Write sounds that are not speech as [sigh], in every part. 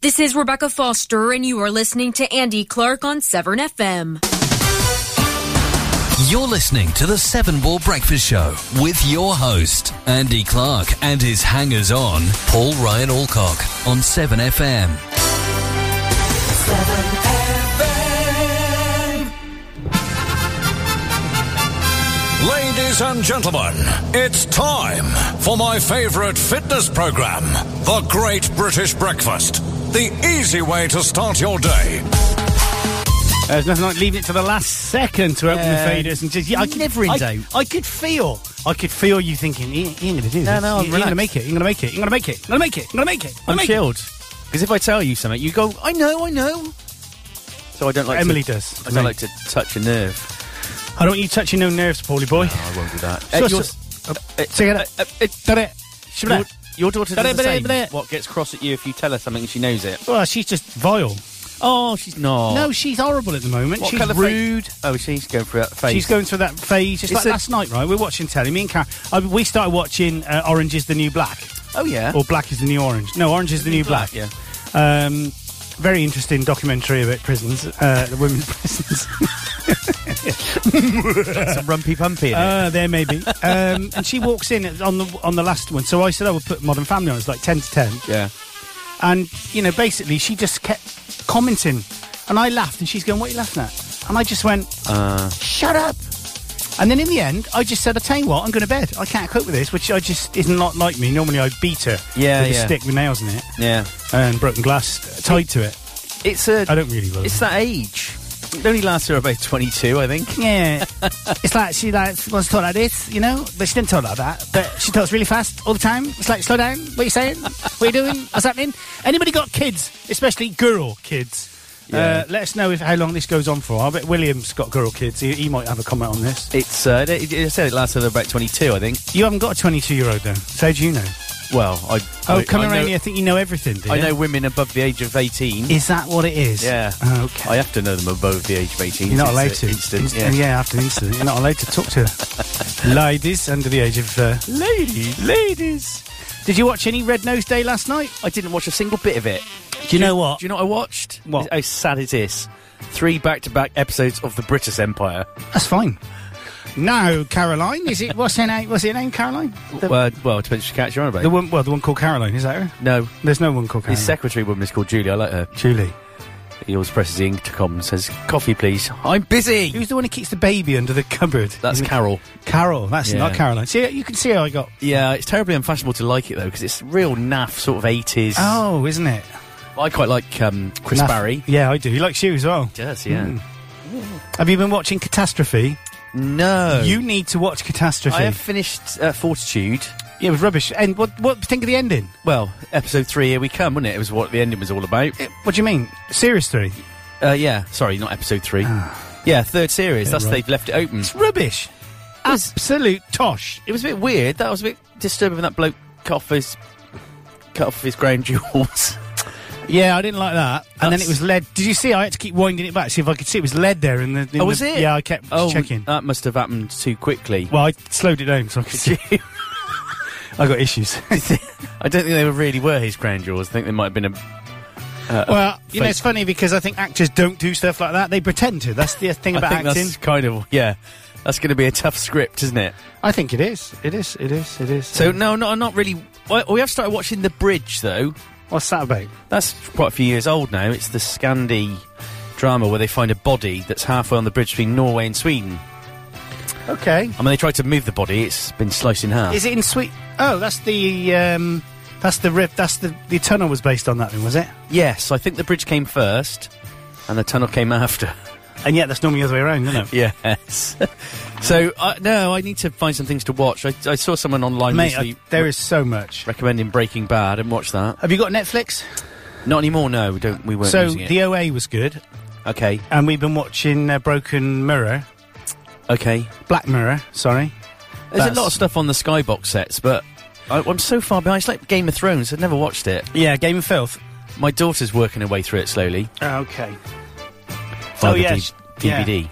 This is Rebecca Foster, and you are listening to Andy Clark on Severn FM. You're listening to the Seven Ball Breakfast Show with your host, Andy Clark, and his hangers on, Paul Ryan Alcock, on 7FM. Ladies and gentlemen, it's time for my favorite fitness program, The Great British Breakfast. The easy way to start your day. Uh, There's nothing like leaving it to the last second to open Yeah. the faders and just. Yeah, I could, Never in I, doubt. I could feel. I could feel you thinking, "He, he ain't gonna do this. No, no, I'm he, he ain't gonna relaxed. make it. He ain't gonna make it. He ain't gonna make it. He ain't gonna make it. He ain't gonna make it. He ain't gonna I'm make it." chilled. Because if I tell you something, you go, I know, I know. So I don't like Emily to, does. I don't like to touch a nerve. I don't want you touching no nerves, Paulie boy. I won't do that. So- your, so- uh, uh, Take it out. uh, uh, Done your, it. your daughter Blah, does the blah, same. blah. What gets cross at you if you tell her something and she knows it? Well, she's just vile. Oh, she's not. No, she's horrible at the moment. What she's colour fa- rude. Oh, she's going for that face. She's going through that phase. It's, It's like a- last night, right? We're watching telly. Me and Karen, I, we started watching uh, Orange is the New Black, Oh, yeah. or Black is the New Orange. No, Orange is the, New Black. Yeah. Um, very interesting documentary about prisons, uh, the women's [laughs] [laughs] prisons. Some rumpy pumpy in it. Uh, there may be. Um, and she walks in at- on the on the last one. So I said I would put Modern Family on. It's like ten to ten. Oh. Yeah. And you know, basically, she just kept commenting, and I laughed, and she's going, "What are you laughing at?" And I just went, Uh. "Shut up." And then in the end, I just said, "I tell you what, I'm going to bed. I can't cope with this," which I just isn't not like me. Normally, I beat her Yeah, with a yeah. stick with nails in it Yeah. and broken glass tied to it. It's a. I don't really. It's that age. It only lasts her about 22, I think. Yeah, [laughs] it's like she like was taught like this, you know, but she didn't talk like that. But she talks really fast all the time. It's like slow down. What are you saying? What are you doing? What's happening? Anybody got kids, especially girl kids? Uh, Yeah. let us know if how long this goes on for. I bet William's got girl kids. He, he might have a comment on this. It's. Uh, it, it said it lasts her about 22, I think. You haven't got a 22 year old though. So how do you know? Well, I. Oh, I, come I around know- here. I think you know everything. Do you? I know women above the age of 18. Is that what it is? Yeah. Oh, Okay. I have to know them above the age of 18. You're not It's allowed a to. Instant, In- yeah. after an incident, you're not allowed to talk to [laughs] ladies under the age of. Uh, Ladies, ladies. did you watch any Red Nose Day last night? I didn't watch a single bit of it. Do you know what? Do you know what I watched? What? How sad it is. Three back-to-back episodes of the British Empire. That's fine. No, Caroline. Is it what's her name? What's her name? Caroline. The, well, well, it depends which catch you're on about. the Ah. one. Well, the one called Caroline. Is that her? no, his There's no one called Caroline. secretary woman is called Julie. I like her. Julie. He always presses the intercom and says, "Coffee, please. I'm busy." Who's the one who keeps the baby under the cupboard? [laughs] That's Isn't it- Carol. Carol. That's Yeah. not Caroline. See, you can see how I got. Yeah, it's terribly unfashionable to like it though, because it's real naff sort of 80s. Oh, isn't it? I quite like um, Chris Nah. Barry. Mm. Yeah, I do. You like shoes as well. Does yeah. Have you been watching Catastrophe? No, You need to watch Catastrophe. I have finished uh, Fortitude. Yeah, it was rubbish. And what? What? Think of the ending. Well, episode three, here we come, wasn't it? It was what the ending was all about. What do you mean? Seriously, Uh, yeah, sorry, not episode three. Ah. yeah, third series. That's right. they've left it open. it's rubbish. Absolute tosh. It was a bit weird. That was a bit disturbing. When that bloke cut off his cut off his ground [laughs] jewels. Yeah, I didn't like that. And then That's- it was lead. Did you see? I had to keep winding it back see if I could see it was uh. lead there. In the in oh, was the- it? Yeah, I kept oh, checking. That must have happened too quickly. well, I slowed it down so I could [laughs] see. I got [laughs] issues. I don't think they were really were his ground jewels. I think they might have been a. well, you know, fake. it's funny because I think actors don't do stuff like that. They pretend to. That's the [laughs] thing I about think acting. that's kind of yeah. That's going to be a tough script, isn't it? I think it is. It is. It is. It is. So no, no, I'm not really. Well, we have started watching The Bridge though. what's that about? That's quite a few years old now. It's the Scandi drama where they find a body that's halfway on the bridge between Norway and Sweden. Okay. I mean, they tried to move the body; it's been sliced in half. Is it in Sweet? Oh, that's the um, that's the rip. That's the the tunnel was based on that thing, was it? yes, I think the bridge came first, and the tunnel came after. [laughs] And yet, that's normally the other way around, isn't it? yes. [laughs] so uh, no, I need to find some things to watch. I, I saw someone online Mate, I- recently there is so much. recommending Breaking Bad. I didn't watch that. Have you got Netflix? Not anymore. No, we don't. We weren't So using it. the OA was good, okay, and we've been watching uh, Broken Mirror, okay. Black Mirror. Sorry, There's That's- a lot of stuff on the Skybox sets, but I, I'm so far behind. It's like Game of Thrones. I've never watched it. yeah, Game of Filth. My daughter's working her way through it slowly. Ah, Okay, Via the yeah, D- sh- yeah. DVD.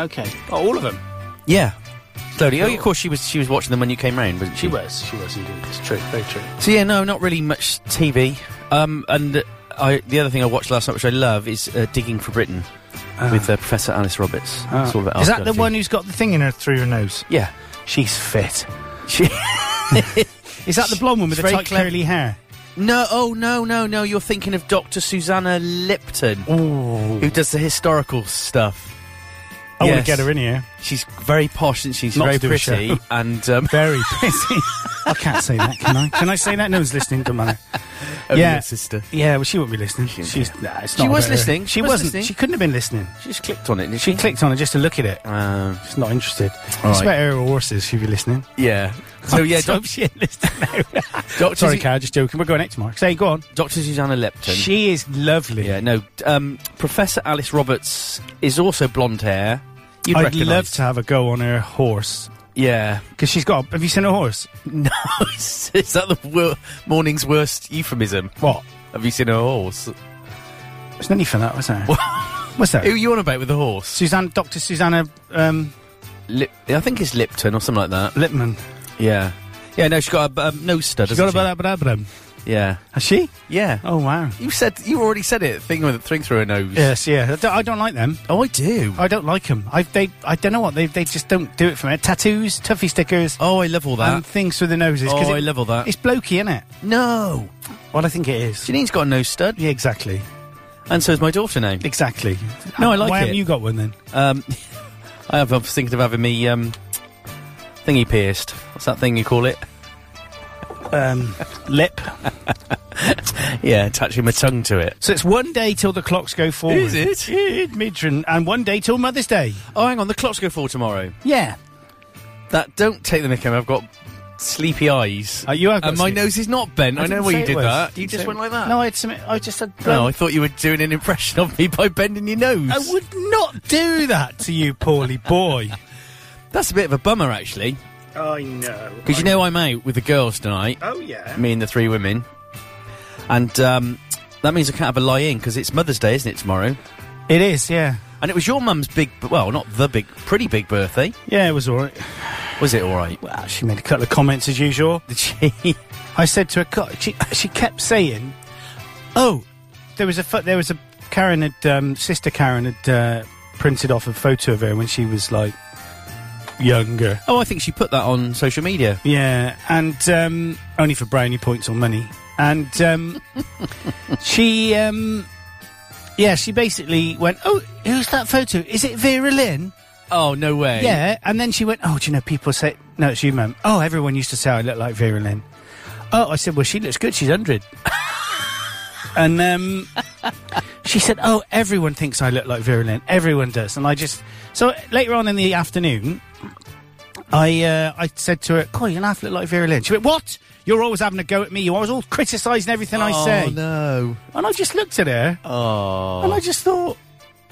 uh, okay. Oh, all of them. Yeah. Slowly. Oh, of course, she was she was watching them when you came round, wasn't she? was. She was indeed. It's true. Very true. So yeah, no, not really much TV. Um, and uh, I, the other thing I watched last night, which I love, is uh, Digging for Britain with uh, Professor Alice Roberts. It's all about Ah. Is that the archaeology. one who's got the thing in her through her nose? Yeah. She's fit. She- [laughs] Is that the blonde one with She's the very tight clever. curly hair? no, oh no, no, no! You're thinking of Doctor Susanna Lipton, who does the historical stuff. I want Yes. to get her in here. She's very posh and she's Not very to do with pretty. show. [laughs] [laughs] And um, Very pretty. I can't say that, can I? Can I say that? No one's listening. Don't matter. only Yeah. your sister. Yeah, well, she won't be listening. She's, nah, it's not She about was her. listening. She Was wasn't. listening. She couldn't have been listening. She just clicked on it. Didn't She clicked on it just to look at it. Um, She's not interested. All it's right. about her or horses. She'd be listening. yeah. [laughs] So yeah, so doc- she ain't listening now. Doctor Sorry, Su- Cal, just joking. We're going out tomorrow. Say, go on. Doctor Susanna Lipton. She is lovely. yeah, no. Um, Professor Alice Roberts is also blonde hair. You'd I'd recognise. love to have a go on her horse Yeah. [laughs] because she's got. Have you seen a horse? No, is that the wor- morning's worst euphemism? What? Have you seen a [laughs] horse? There's nothing for that, was there? What's that? Who you on about with the horse? Suzanne, Doctor Susanna um, Lip- I think it's Lipton or something like that. Lipman. Yeah. Yeah, no, she's got a um, nose stud, She's hasn't got a bada she? Yeah. Has she? Yeah. Oh wow. You said, you already said it, thing with thing through her nose. Yes, yeah. I don't, I don't like them. Oh, I do. I don't like them. I they I don't know what they they just don't do it for me. Tattoos, toughy stickers, oh, I love all that. and things through the noses. 'cause Oh, it- I love all that. It's blokey, isn't it? No. Well, I think it is. Janine's got a nose stud, Yeah, exactly, and so's my daughter now. exactly. No, I like Why it. haven't you got one then? Um, [laughs] I have, I was thinking of having me um, thingy pierced. What's that thing you call it? Um, lip. Yeah, attaching my tongue to it. So it's one day till the clocks go forward. Is it? Yeah, Midran, and one day till Mother's Day. Oh, hang on, the clocks go full tomorrow. Yeah. That don't take the mic out. I've got sleepy eyes. Uh, you have got and my sleep- nose is not bent. I, know didn't why say you it did was. that. You Didn't just say- went like that. No, I, submit, I just said. No, I thought you were doing an impression of me by bending your nose. I would not do that to you, poorly [laughs] boy. That's a bit of a bummer, actually, I know. because you know I'm out with the girls tonight. Oh yeah. me and the three women, and um, that means I can't have a lie in because it's Mother's Day, isn't it tomorrow? It is, yeah. And it was your mum's big, well, not the big, pretty big birthday. Yeah, it was all right. Was it all right? Well, she made a couple of comments as usual. Did she? [laughs] I said to her, "God," she, she kept saying, "Oh, there was a pho- there was a Karen had um, sister Karen had uh, printed off a photo of her when she was like younger." Oh, I think she put that on social media. Yeah, and um, only for brownie points on money. And [laughs] um, she, um, yeah, she basically went, "Oh, who's that photo? Is it Vera Lynn?" Oh no way! Yeah, and then she went, "Oh, do you know people say no, it's you, mum. Oh, everyone used to say I look like Vera Lynn. Oh, I said, well, she looks good. She's hundred. [laughs] and um, she said, "Oh, everyone thinks I look like Vera Lynn. Everyone does." And I just so later on in the afternoon, I uh, I said to her, "Coy, you half look like Vera Lynn." She went, "What? You're always having a go at me. You're always all criticising everything I say." Oh no! And I just looked at her, and I Oh, just thought,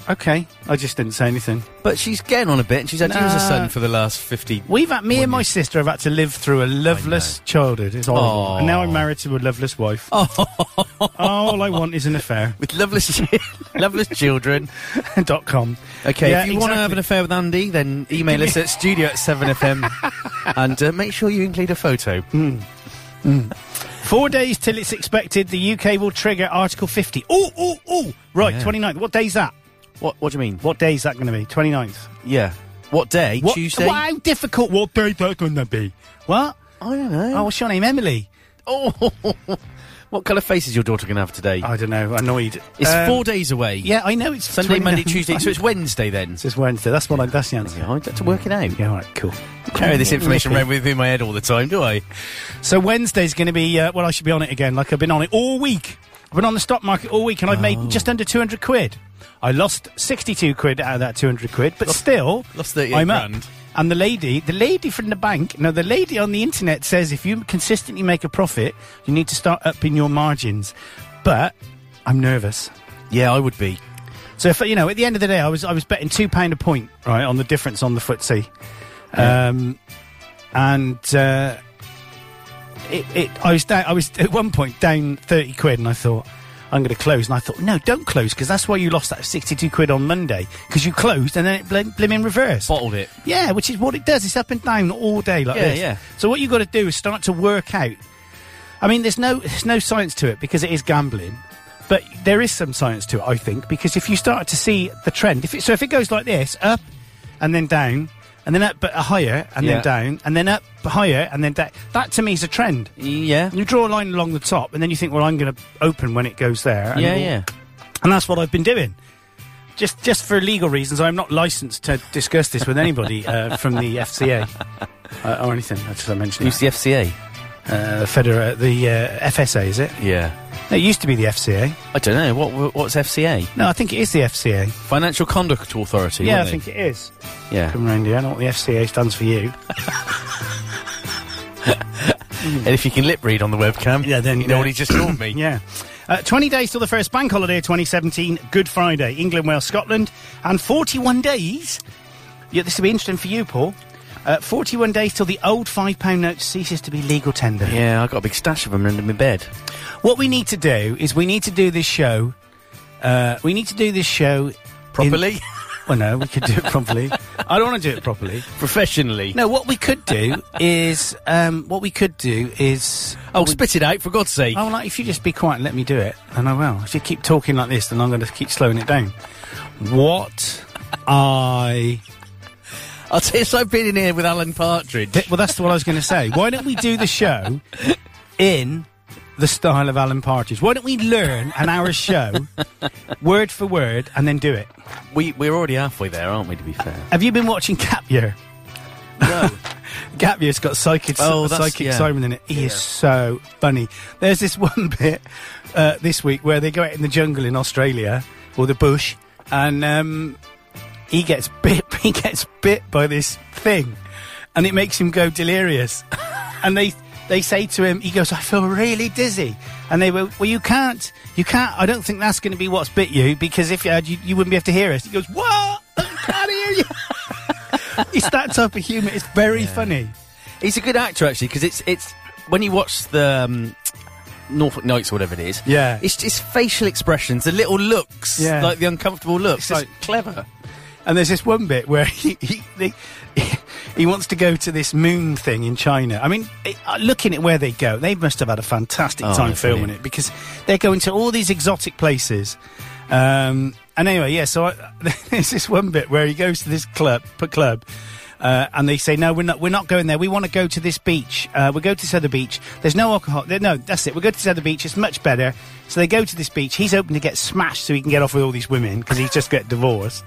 "Okay." I just didn't say anything. but she's getting on a bit, and she's had you as a Nah. son for the last fifty. [laughs] We've had me and my sister have had to live through a loveless childhood. It's horrible. Aw. And now I'm married to a loveless wife. Oh. All I want is an affair. [laughs] With loveless, [laughs] chi- loveless children. Dot com. Okay, Yeah, if you want to exactly. have an affair with Andy, then email us at studio at seven [laughs] fm, and uh, make sure you include a photo. Four days till it's expected the UK will trigger Article 50. Oh, oh, oh. Right, Yeah. 29th. What day's that? What? What do you mean? What day is that going to be? 29th. Yeah. What day? What, Tuesday. Wow, how difficult. What day that going to be? What? I don't know. Oh, what's your name? Emily. Oh, what colour face is your daughter going to have today? I don't know. Annoyed. it's Um, four days away. Yeah, I know. It's Sunday, 29th. Monday, [laughs] Tuesday. So it's Wednesday [laughs] then. It's Wednesday. That's what I, that's the answer. Yeah, I had to work it out. Yeah, all right, cool. Carry this information Nippy. around with me in my head all the time, do I? So Wednesday's going to be uh, well. I should be on it again, like I've been on it all week. I've been on the stock market all week, and I've made Oh. just under two hundred quid. I lost sixty-two quid out of that two hundred quid, but still, lost 38 I'm up. grand. And the lady, the lady from the bank, no, the lady on the internet says if you consistently make a profit, you need to start upping your margins. But I'm nervous. Yeah, I would be. So if you know, at the end of the day, I was I was betting two pound a point, right, on the difference on the footsie, um, and uh, it, it I was down, I was at one point down thirty quid, and I thought I'm going to close, and I thought no, don't close because that's why you lost that sixty two quid on Monday because you closed and then it blim, blim in reverse. Bottled it. Yeah, which is what it does. It's up and down all day like Yeah, this. yeah. So what you got to do is start to work out. I mean, there's no there's no science to it because it is gambling, But there is some science to it, I think, because if you start to see the trend, if it, so if it goes like this, up and then down, and then up but higher, and Yeah. then down, and then up higher, and then down, that to me is a trend. Yeah. You draw a line along the top, and then you think, well, I'm going to open when it goes there. And Yeah, it will- yeah. and that's what I've been doing. Just, just for legal reasons, I'm not licensed to discuss this with [laughs] anybody uh, from the FCA uh, or anything. That's what I mentioned. Who's the FCA? Uh, the Federa, the uh, FSA, is it? Yeah. No, it used to be the FCA. I don't know. What What's FCA? No, I think it is the FCA. Financial Conduct Authority. yeah, I weren't think it is. they? Yeah. Come round here. I know what the FCA stands for [laughs] you. And if you can lip read on the webcam, Yeah, then, you know yeah. what he just told [clears throat] me. Yeah. Uh, 20 days till the first bank holiday of 2017, Good Friday, England, Wales, Scotland, and 41 days. Yeah, this will be interesting for you, Paul. Uh, 41 days till the old £5 note ceases to be legal tender. Yeah, I got a big stash of them under my bed. What we need to do is we need to do this show. Uh, we need to do this show in- Properly? well, no, we could do it [laughs] properly. I don't want to do it properly. [laughs] Professionally. No, what we could do is um, what we could do is Oh, spit it out, for God's sake. Oh, like if you just be quiet and let me do it, then I will. If you keep talking like this, then I'm going to keep slowing it down. What [laughs] I. I'll tell you, so I've been in here with Alan Partridge. [laughs] Th- well, that's what I was going to say. Why don't we do the show in the style of Alan Partridge? Why don't we learn an hour show word for word and then do it? We, we're already halfway there, aren't we, to be fair? Have you been watching Gap Year? No. [laughs] Gap Year's got Psychic, Oh, that's- psychic yeah. Simon in it. He is so funny. There's this [laughs] one bit uh, this week where they go out in the jungle in Australia or the bush, and um, he gets bit. [laughs] He gets bit by this thing, and it makes him go delirious. [laughs] and they they say to him, he goes, "I feel really dizzy." And they were, "Well, you can't, you can't. I don't think that's going to be what's bit you because if you had, you, you wouldn't be able to hear us." He goes, "What?" I can't hear you. it's that type of humour. It's very funny. He's a good actor, actually, because it's, it's when you watch the um, Norfolk Nights or whatever it is, Yeah. it's just facial expressions, the little looks, Yeah. like the uncomfortable looks. It's like- clever. And there's this one bit where [laughs] he he, they, he wants to go to this moon thing in China. I mean, it, uh, looking at where they go, they must have had a fantastic Oh, time yeah, filming brilliant. it because they're going to all these exotic places. Um, and anyway, yeah. So I, [laughs] there's this one bit where he goes to this club, p- club, uh, and they say, "No, we're not. We're not going there. We want to go to this beach. Uh, we go to this other beach. There's no alcohol. There, no, that's it. We go to this other beach. It's much better." So they go to this beach. He's hoping to get smashed so he can get off with all these women because he's just got divorced.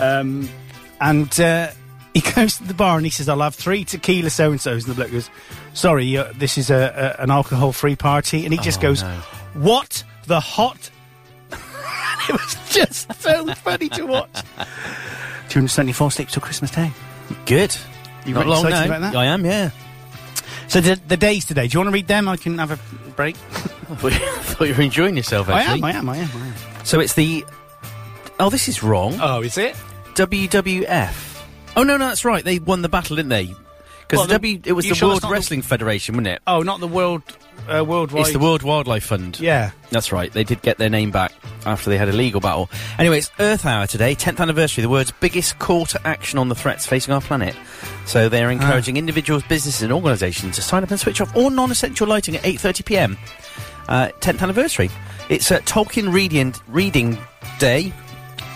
Um, and uh, [laughs] he goes to the bar and he says, "I'll have three tequila so and so's." And the bloke goes, "Sorry, uh, this is a, a an alcohol free party." And he just Oh, goes, no. "What the hot?" [laughs] it was just so funny to watch. 274 sleeps till Christmas Day. Good. You Not really long excited now. about that? I am, yeah. [laughs] So the, the days today. Do you want to read them? I can have a break. I thought you were enjoying yourself, I am. actually. I am. I am. I am. So it's the. Oh, this is wrong. Oh, is it? WWF. Oh no, no, that's right. They won the battle, didn't they? Because Well, the the- W, it was you the sure World it's not the- Wrestling Federation, wasn't it? Oh, not the world. Uh, worldwide. It's the World Wildlife Fund. Yeah. That's right. They did get their name back after they had a legal battle. Anyway, it's Earth Hour today, 10th anniversary, the world's biggest call to action on the threats facing our planet. So they're encouraging individuals, businesses and organisations to sign up and switch off all non-essential lighting at 8.30pm. Uh, 10th anniversary. It's uh, Tolkien reading, reading Day,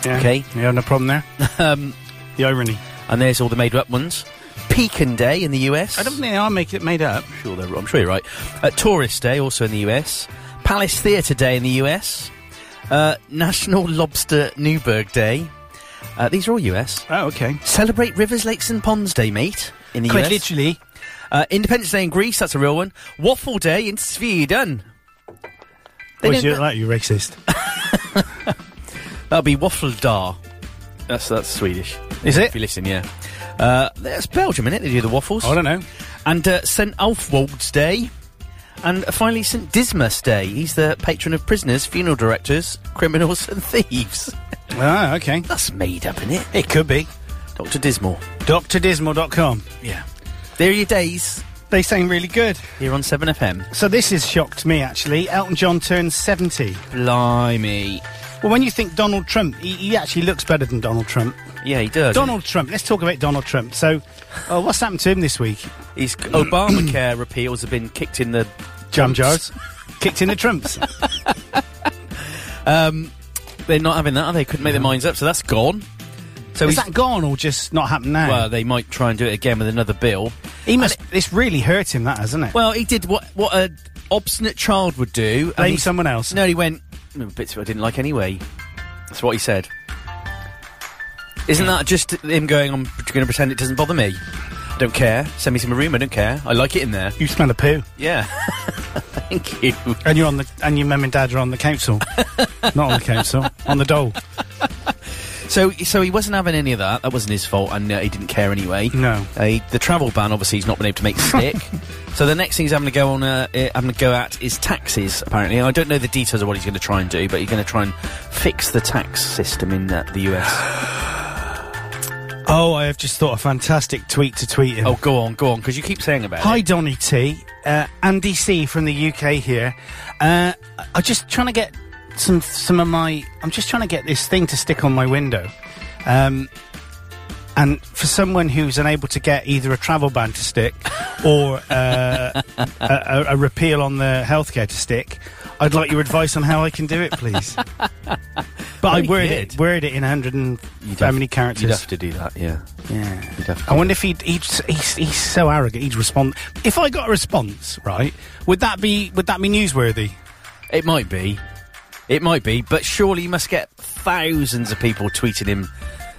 Yeah. Okay. You have no problem there. the irony. and there's all the made-up ones. Pecan Day in the US. I don't think they are making it made up. sure they're, I'm sure you're right. Uh, Tourist Day, also in the US. Palace Theatre Day in the US. Uh, National Lobster Newburgh Day. Uh, these are all US. Oh, okay. Celebrate Rivers, Lakes and Ponds Day, mate, in the Quite US. literally. Uh, Independence Day in Greece, that's a real one. Waffle Day in Sweden. They Why'd don't- you like you racist? That'll be Waffle Dar. That's, that's Swedish. Is If you listen, yeah. Oh, Uh, that's Belgium, innit? They do the waffles. I don't know. and uh, St. Alfwold's Day, and finally St. Dismas Day. He's the patron of prisoners, funeral directors, criminals, and thieves. Ah, okay. That's made up, in it? It could be. Dr. Dismal. DrDismal.com. Yeah. There are your days They sound really good. here on 7FM. So this has shocked me actually. Elton John turns 70. Blimey. Well, when you think Donald Trump, he, he actually looks better than Donald Trump. Yeah, he does. Donald Trump, let's talk about Donald Trump. So, uh, what's happened to him this week? His Obamacare [clears throat] repeals have been kicked in the. [laughs] Jam jars. Kicked in the Trumps. Um, they're not having that, are they? Couldn't make their minds up, so that's gone. So Is he's- that gone or just not happened now? well, they might try and do it again with another bill. he must. this really hurt him, that hasn't it? Well, he did what what a obstinate child would do. and Blame he- someone else. No, he went "Mm, bits of it I didn't like anyway. That's what he said. Isn't that just him going? I'm going to pretend it doesn't bother me. I don't care. Send me to my room. I don't care. I like it in there. You smell a poo, Yeah. [laughs] Thank you. and you're on the and your mum and dad are on the council, not on the council, on the dole. So, so he wasn't having any of that. That wasn't his fault, and uh, he didn't care anyway. No. Uh, he- the travel ban obviously he's not been able to make stick. so the next thing he's having to go on, uh, uh, having to go at is taxes. Apparently, I don't know the details of what he's going to try and do, but he's going to try and fix the tax system in uh, the US. Oh, I have just thought a fantastic tweet to tweet him. oh, go on, go on, because you keep saying about Hi, it. Donny T. Uh, Andy C. from the UK here. Uh, I'm just trying to get some some of my. I'm just trying to get this thing to stick on my window. Um, and for someone who's unable to get either a travel ban to stick [laughs] or uh, a, a, a repeal on the healthcare to stick, I'd like your advice on how I can do it, [laughs] please. But I Very word good. it, word it in 100 and how many characters? [laughs] You'd have to do that, yeah. Yeah. You'd have to. I wonder if he'd, he'd he's, he's so arrogant he'd respond. If I got a response, right, would that be would that be newsworthy? It might be. It might be, but surely you must get thousands of people tweeting him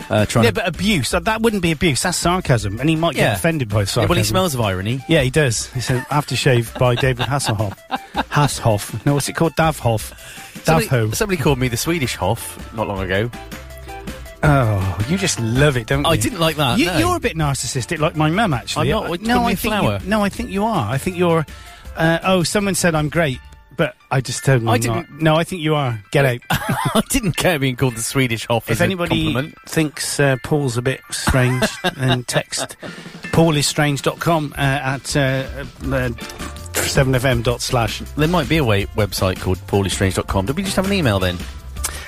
uh, trying Yeah, to. but abuse that, that wouldn't be abuse. That's sarcasm, and he might Yeah. get offended by Yeah, sarcasm. well, he smells of irony. Yeah, he does. It's an aftershave by David [laughs] Hasselhoff. Hasselhoff. No, what's it called? Davhoff. Somebody, Davho. somebody called me the Swedish Hoff not long ago. Oh, you just love it, don't you? I didn't like that, You, Uh, no. [laughs] You're a bit narcissistic, like my mum. Actually, I'm not. I- It couldn't be a I think flower. You, no, I think you are. I think you're. Uh, oh, someone said I'm great, but I just told them I I'm didn't- not. No, I think you are. Get [laughs] out. I didn't care being called the Swedish Hoff if as a anybody compliment. thinks uh, Paul's a bit [laughs] strange, then text paulisstrange.com uh, at uh, uh, 7fm dot slash. There might be a way, website called pauliestrange.com. Did we just have an email then?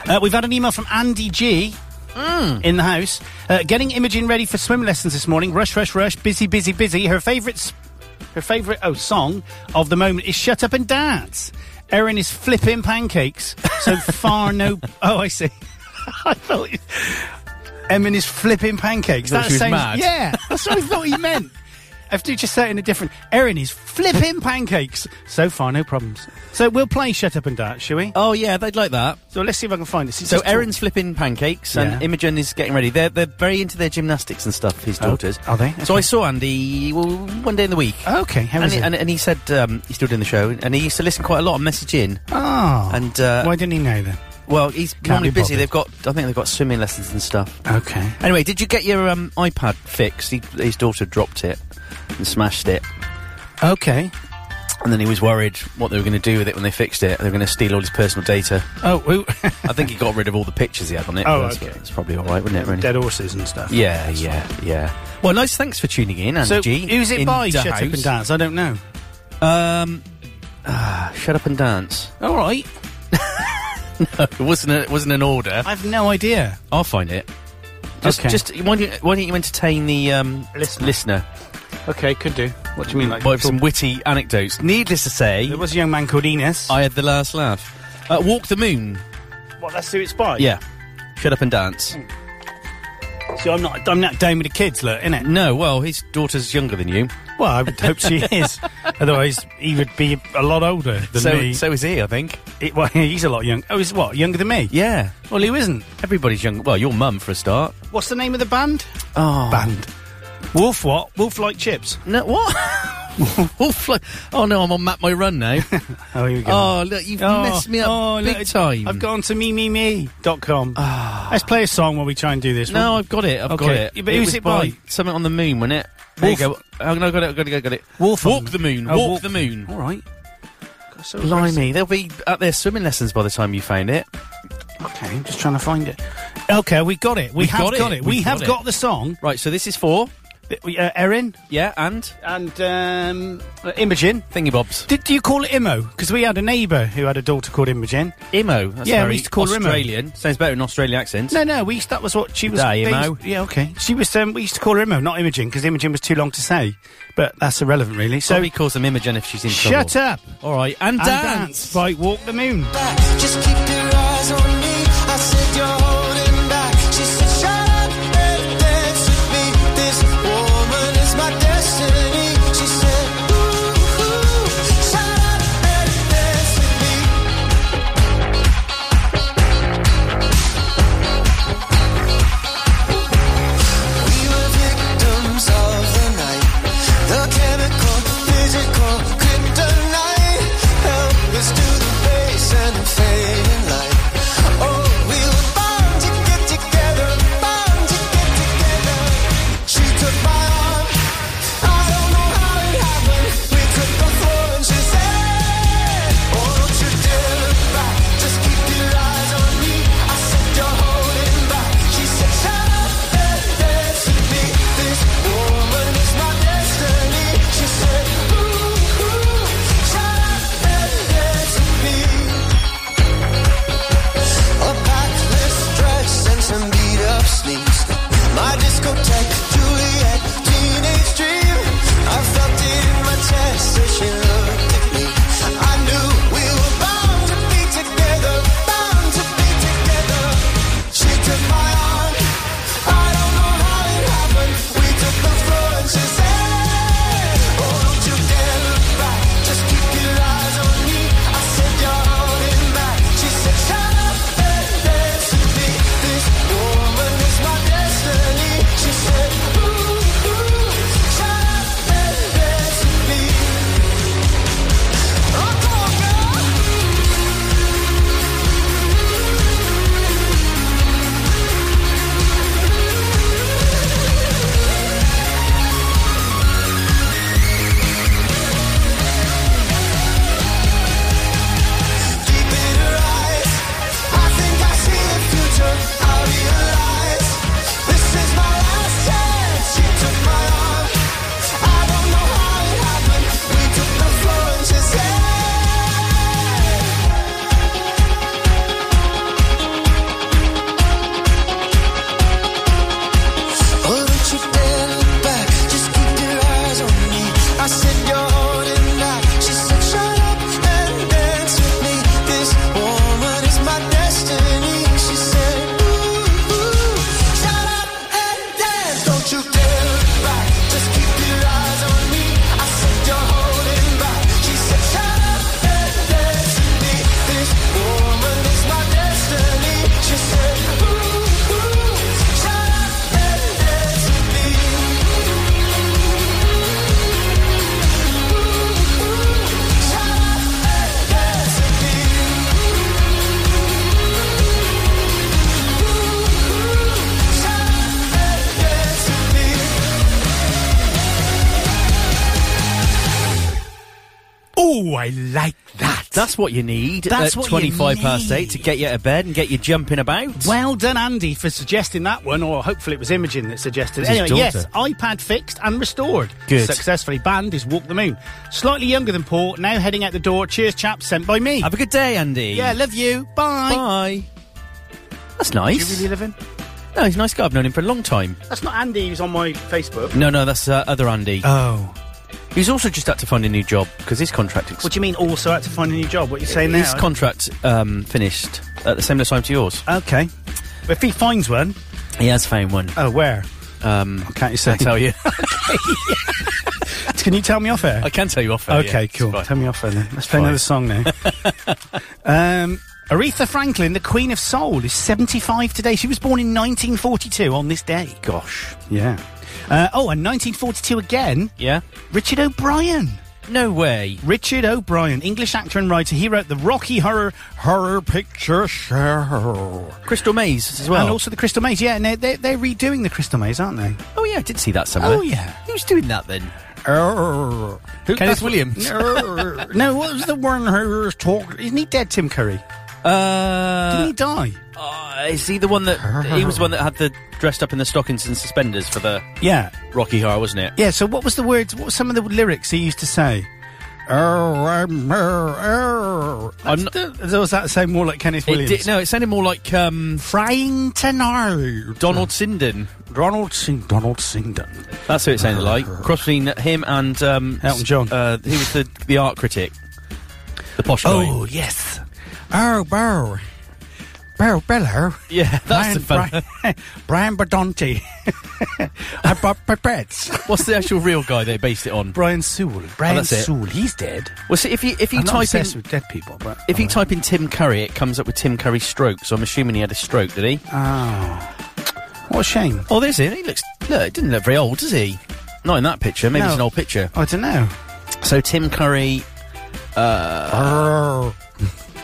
Uh, we've had an email from Andy G. Hmm. In the house, uh, getting Imogen ready for swim lessons this morning. Rush, rush, rush! Busy, busy, busy. Her favourite, her favourite oh song of the moment is "Shut Up and Dance." Erin is flipping pancakes. [laughs] So far, no. Oh, I see. [laughs] I thought you- Emin is flipping pancakes. You thought That she was sounds mad? yeah. That's what I thought he [laughs] meant. After you just say it in a different. Erin is flipping pancakes. So far, no problems. So we'll play "Shut Up and Dance," shall we? Oh, yeah, they'd like that. So let's see if I can find it. It's So just- Erin's flipping pancakes and Yeah. Imogen is getting ready. They're, they're very into their gymnastics and stuff, his Oh, daughters. are they? So Okay. I saw Andy well, one day in the week. Okay, how and is he, it? and, and he said um, he's still doing the show, and he used to listen quite a lot and message in. oh, And uh, why didn't he know then? well, he's normally be busy. bothered. They've got, I think they've got swimming lessons and stuff. Okay. Anyway, did you get your um, iPad fixed? He, his daughter dropped it and smashed it, Okay. and then he was worried what they were going to do with it when they fixed it. They were going to steal all his personal data. Oh, [laughs] who- I think he got rid of all the pictures he had on it. Oh, but that's, okay. that's probably all right, wouldn't it? Really? dead horses and stuff. Yeah, yeah, yeah. Well, nice. Thanks for tuning in, Andy. So G, who's it in by? the Shut up and house. dance. I don't know. Um, ah, shut up and dance. All right. It wasn't. A, it wasn't an order. I've no idea. I'll find it. Just, Okay. just why don't, you, why don't you entertain the um, Listener. listener Okay, could do. What do you mean? Like, by some witty anecdotes? Needless to say, there was a young man called Enos. I had the last laugh. Uh, Walk the Moon. well, that's who it's by. Yeah. Shut up and dance. See, I'm not. I'm not down with the kids, look, innit? No, well, his daughter's younger than you. Well, I would hope [laughs] she is. Otherwise, he would be a lot older than So, me. so is he, I think. He- well, [laughs] he's a lot young. Oh, he's what? Younger than me? Yeah. Well, he isn't. Everybody's young. Well, your mum for a start. What's the name of the band? Oh. Band. Wolf what? Wolf like chips. No, [laughs] what? oh, fl- oh, no, I'm on Map My Run now. Oh, here we go. oh, look, you've messed me up oh, big look, time. I've gone to me me me dot com. Let's play a song while we try and do this. No, I've got it. I've got Okay. it. Yeah, but who's was it by? Something on the moon, wasn't it? There you go. Wolf- Oh, no, I got it. I got it. I got it. Wolf on walk the- the moon. Oh, walk, walk- the moon. All right. Got so Blimey, they'll be at their swimming lessons by the time you found it. aggressive. Okay, I'm just trying to find it. Okay, we got it. We We've have got it. got it. We We've have got it. got the song. Right, so this is for Th- we- Uh, Erin Yeah, and and um, uh, Imogen. thingy-bobs. Did do you call it Imo? Because we had a neighbour who had a daughter called Imogen. Imo. That's Yeah, we very used to call her Imo. Australian. Sounds better in Australian accent. No, no, we used, that was what she was. Da, they Imo. used- yeah, okay. She was. Um, we used to call her Imo, not Imogen, because Imogen was too long to say. But that's irrelevant, really. So Probably calls them Imogen if she's in trouble. shut up All right, and, and dance by Walk the Moon. Just keep your eyes on me. I said you're holding back. She said, Shut up and dance with me. This woman is my destiny. She said, Ooh, ooh, shut up and dance with me. We were victims of the night. The chemical, physical, kryptonite. Helpless to the face and the fading light. Oh, we were bound to get together, bound to get together. She took my arm. I don't know how it happened. We took the floor and she said, Oh, don't you dare look back. Just keep your eyes on me. I said you're holding back. She said, Shut up and dance with me. This woman is my destiny. She said, Ooh, ooh, shut up and dance with me. A backless dress and some beat up sleeves. My discotheque, Juliet, teenage dream. I felt it in my chest as she looked at me. I knew we were bound to be together, bound to be together. She took my arm. I don't know how it happened. We took the floor and she said, Oh, don't you dare look back. Just keep your eyes on me. I said you're holding back. She said, Shut up and dance with me. This woman is my destiny. She said, Ooh, ooh, shut up and dance with me. Oh, come on, girl. Deep in her eyes, I think I see the future. I realize this is my last chance. She took my arm. I don't know how it happened. We took the floor and she said. Oh, don't you dare look back. Just keep your eyes on me. I said you're holding back. She said, shut up and dance with me. This woman is my destiny. She said, ooh, ooh, shut up and dance. Don't you dare look back. Just keep your eyes on me. I said you're holding back. She said, shut up and dance with me. This woman is my destiny. She said, ooh, ooh, shut up and dance with me. Ooh, ooh, shut up and dance with me. Ooh, ooh, shut up and dance with me. Oh, I like that. That's what you need That's at what you 25 past 8 to need. get you out of bed and get you jumping about. Well done, Andy, for suggesting that one, or hopefully it was Imogen that suggested it. It was Anyway, his yes, daughter. iPad fixed and restored. Good. Successfully banned is Walk the Moon. Slightly younger than Paul, now heading out the door. Cheers, chaps, sent by me. Have a good day, Andy. yeah, love you. Bye. Bye. That's Do you nice. really live in? No, he's a nice guy. I've known him for a long time. That's not Andy who's on my Facebook. No, no, that's uh, other Andy. Oh. he's also just had to find a new job because his contract ex- What do you mean also had to find a new job? What are you saying now? his contract um, finished at the similar time to yours. okay. If he finds one, He has found one. oh, where? Um, I can't you [laughs] I [laughs] say? tell you, Can you tell me off air? I can tell you off. air, Okay, Oh, yeah. It's cool. fine. Tell me off then. [laughs] Let's play another song now. um, Aretha Franklin, the Queen of Soul, is 75 today. She was born in 1942 on this day. Gosh. Yeah. Uh, oh, and 1942 again, Yeah. Richard O'Brien. No way. Richard O'Brien, English actor and writer. He wrote the Rocky Horror Horror Picture Show. Crystal Maze as well. and also the Crystal Maze. Yeah, and they're, they're, they're redoing the Crystal Maze, aren't they? oh yeah, I did see that somewhere. Oh, yeah. Who's doing that then? Who, Kenneth Williams. Err. [laughs] no, what was the one who was talking? Isn't he dead, Tim Curry? Uh, Didn't he die? uh, is he the one that he was the one that had the dressed up in the stockings and suspenders for the Yeah. Rocky Horror, wasn't it? Yeah, so what was the words, what were some of the lyrics he used to say? Oh, um, oh, oh. I'm That's- Does that sound more like Kenneth It Williams? did, no, it sounded more like um, Frying tonight. Donald Sinden. Donald Sing. Donald Singdon. That's who it sounded like. Cross between him and um, Elton John. Uh, he was the the art critic, the posh guy. Oh, yes. Oh, bow. Bow, bellow. yeah, [laughs] that's the fella. Brian, [laughs] Brian [laughs] Badonti. I bought pipettes. What's the actual real guy they based it on? Brian Sewell. Brian Oh, that's it. Sewell. He's dead. Well, see, if you if you I'm not type obsessed in with Oh, dead people, but if you type in Tim Curry, it comes up with Tim Curry stroke. So I'm assuming he had a stroke, did he? Uh, what a shame. oh, there's him. He looks. Look, he didn't look very old, does he? Not in that picture. Maybe No. it's an old picture. I don't know. So Tim Curry, Oh,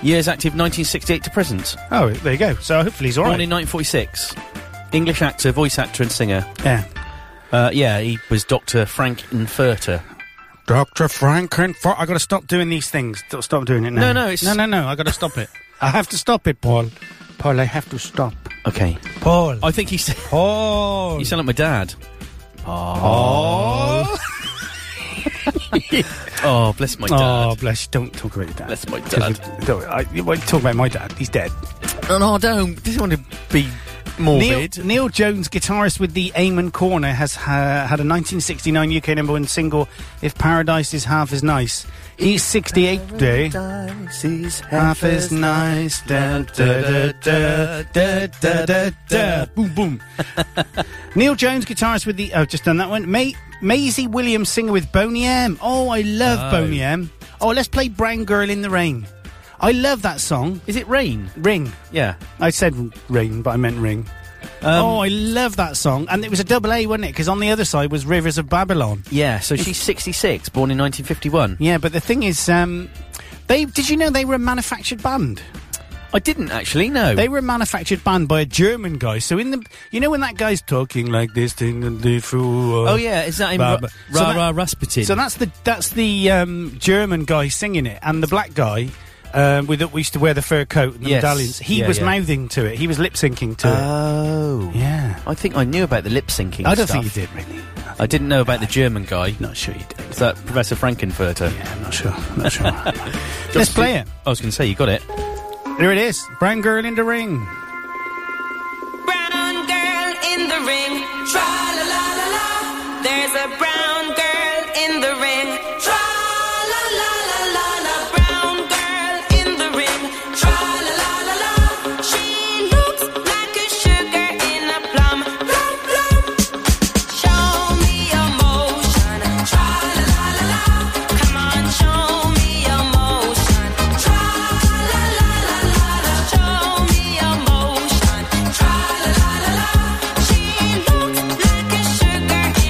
years active, 1968 to present. there you go. So hopefully he's all Born right. in 1946. English actor, voice actor, and singer. Yeah. Uh, yeah, he was Dr. Frank Inferter. Dr. Franklin. For- I got to stop doing these things. St- Stop doing it now. No, no, it's- No, no, no. I got to stop it. I have to stop it, Paul. Paul, I have to stop. Okay. Paul. I think he said. Paul. You sound like my dad. Oh, bless my Oh, dad. bless you. Don't talk about your dad. Bless my 'Cause dad. we- Don't, I, you won't talk about my dad. He's dead. Oh, no, I don't. Didn't want to be Neil, morbid. Neil Jones, guitarist with the Amon Corner, has ha- had a 1969 UK number one single, If Paradise Is Half As Nice. He's 68 today. Half as nice. Da, da, da, da, da, da, da, da. Boom, boom. [laughs] Neil Jones, guitarist with the. Oh, just done that one. May, Maisie Williams, singer with Boney M. Oh, I love Boney M. Oh, let's play Brown Girl in the Rain. I love that song. Is it rain? Ring. Yeah. I said rain, but I meant ring. Um, oh, I love that song. And it was a double A, wasn't it? Because on the other side was Rivers of Babylon. Yeah, so she's 66, born in 1951. Yeah, but the thing is, um, they did you know they were a manufactured band? I didn't actually, no. They were a manufactured band by a German guy. So in the you know when that guy's talking like this thing and the fool. oh, yeah, is that in Ra Bab- So Ra, that- Ra Rasputin? uh, So that's the that's the um, German guy singing it, and the black guy um, with that used to wear the fur coat and the Yes. medallions. He Yeah, was yeah. mouthing to it. He was lip syncing to Oh. it. Yeah. I think I knew about the lip syncing I don't stuff. think you did, really. I I didn't know about the German guy. Not sure you did. Is that Professor Frankenfurter? Yeah, I'm not sure. I'm not [laughs] sure. Let's play it. I was going to say, you got it. Here it is. Brown girl in the ring. brown girl in the ring. Tra la la la la. There's a brown girl in the ring. Tra la la la la la. Brown girl in the ring. Tra la la la la. She looks like a sugar in a plum. Plum plum. Show me emotion. Tra la la la la. Come on, show me emotion. Tra la la la la la. Show me emotion. Tra la la la la. She looks like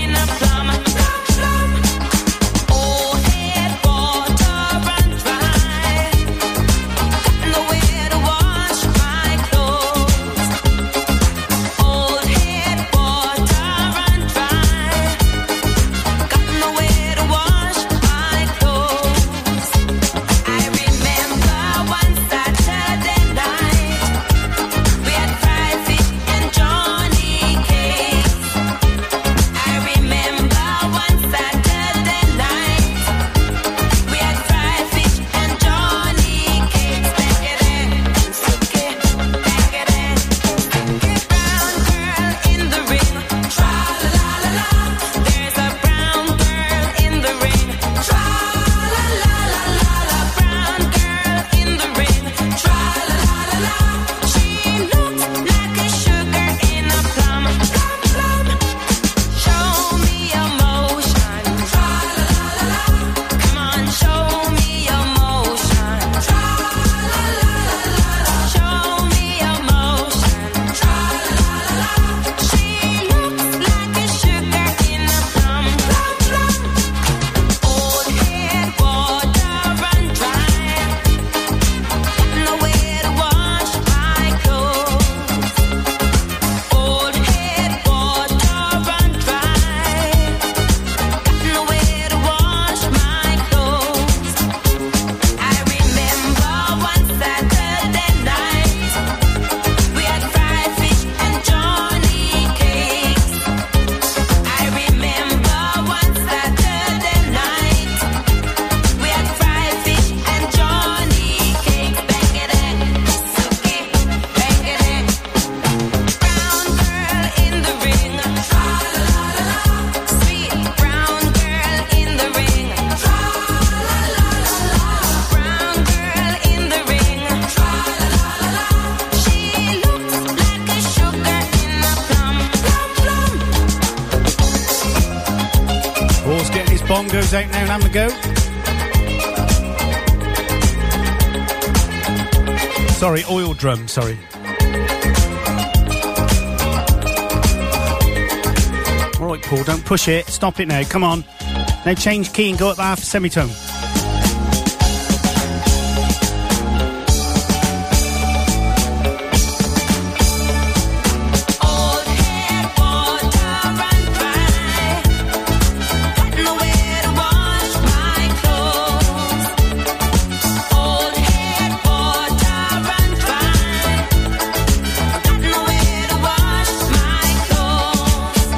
goes out now, and go. Sorry, oil drum, sorry. All right, Paul, don't push it. Stop it now. Come on. Now change key and go up half semitone. Old head water run dry. Got nowhere to wash my clothes. Old head water run dry. Got nowhere to wash my clothes.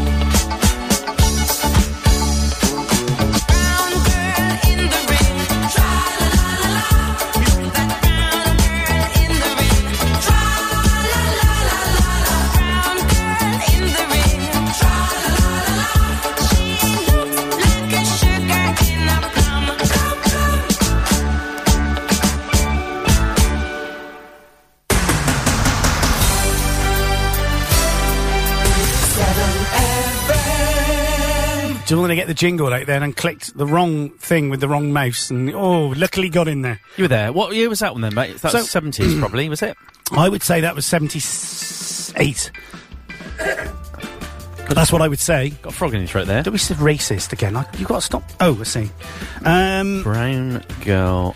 Brown girl in the ring, tra la la la la. That brown girl in the ring, tra la la la la la. Brown girl in the ring, tra la la la la. She looks like a sugar in a plum. Plum, plum. Do you want to get the jingle out there and clicked the wrong thing with the wrong mouse? And oh, luckily got in there. You were there. What year was that one then, mate? That was So- 70s probably, was it? I would say that was 78. That's what I would say. Got a frog in his throat there. Don't be so racist again. Like, you got to stop. Oh, I see. Um, Brown girl.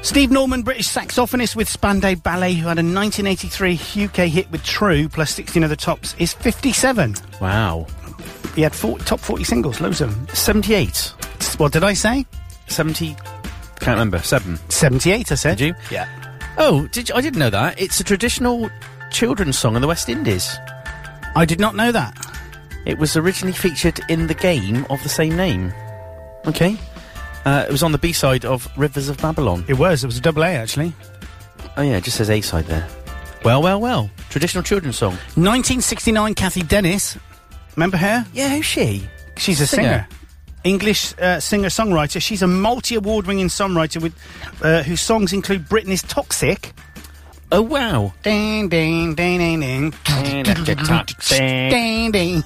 Steve Norman, British saxophonist with Spandau Ballet, who had a 1983 UK hit with True plus 16 other tops, is 57. Wow. He had four, top 40 singles, loads of them. 78. What did I say? 70. Can't remember. Seven. 78, I said. Did you? Yeah. Oh, did you, I didn't know that. It's a traditional children's song in the West Indies. I did not know that. It was originally featured in the game of the same name. Okay. Uh, it was on the B side of Rivers of Babylon. It was. It was a double A, actually. Oh yeah, it just says A side there. Well, well, well. Traditional children's song. 1969, Kathy Dennis. Remember her? Yeah, who's she? She's a singer. Singer. English uh, singer songwriter. She's a multi award winning songwriter with uh, whose songs include Britain's Toxic. Oh [laughs] wow. Ding, ding, ding, ding, ding. I'm Ding, ding.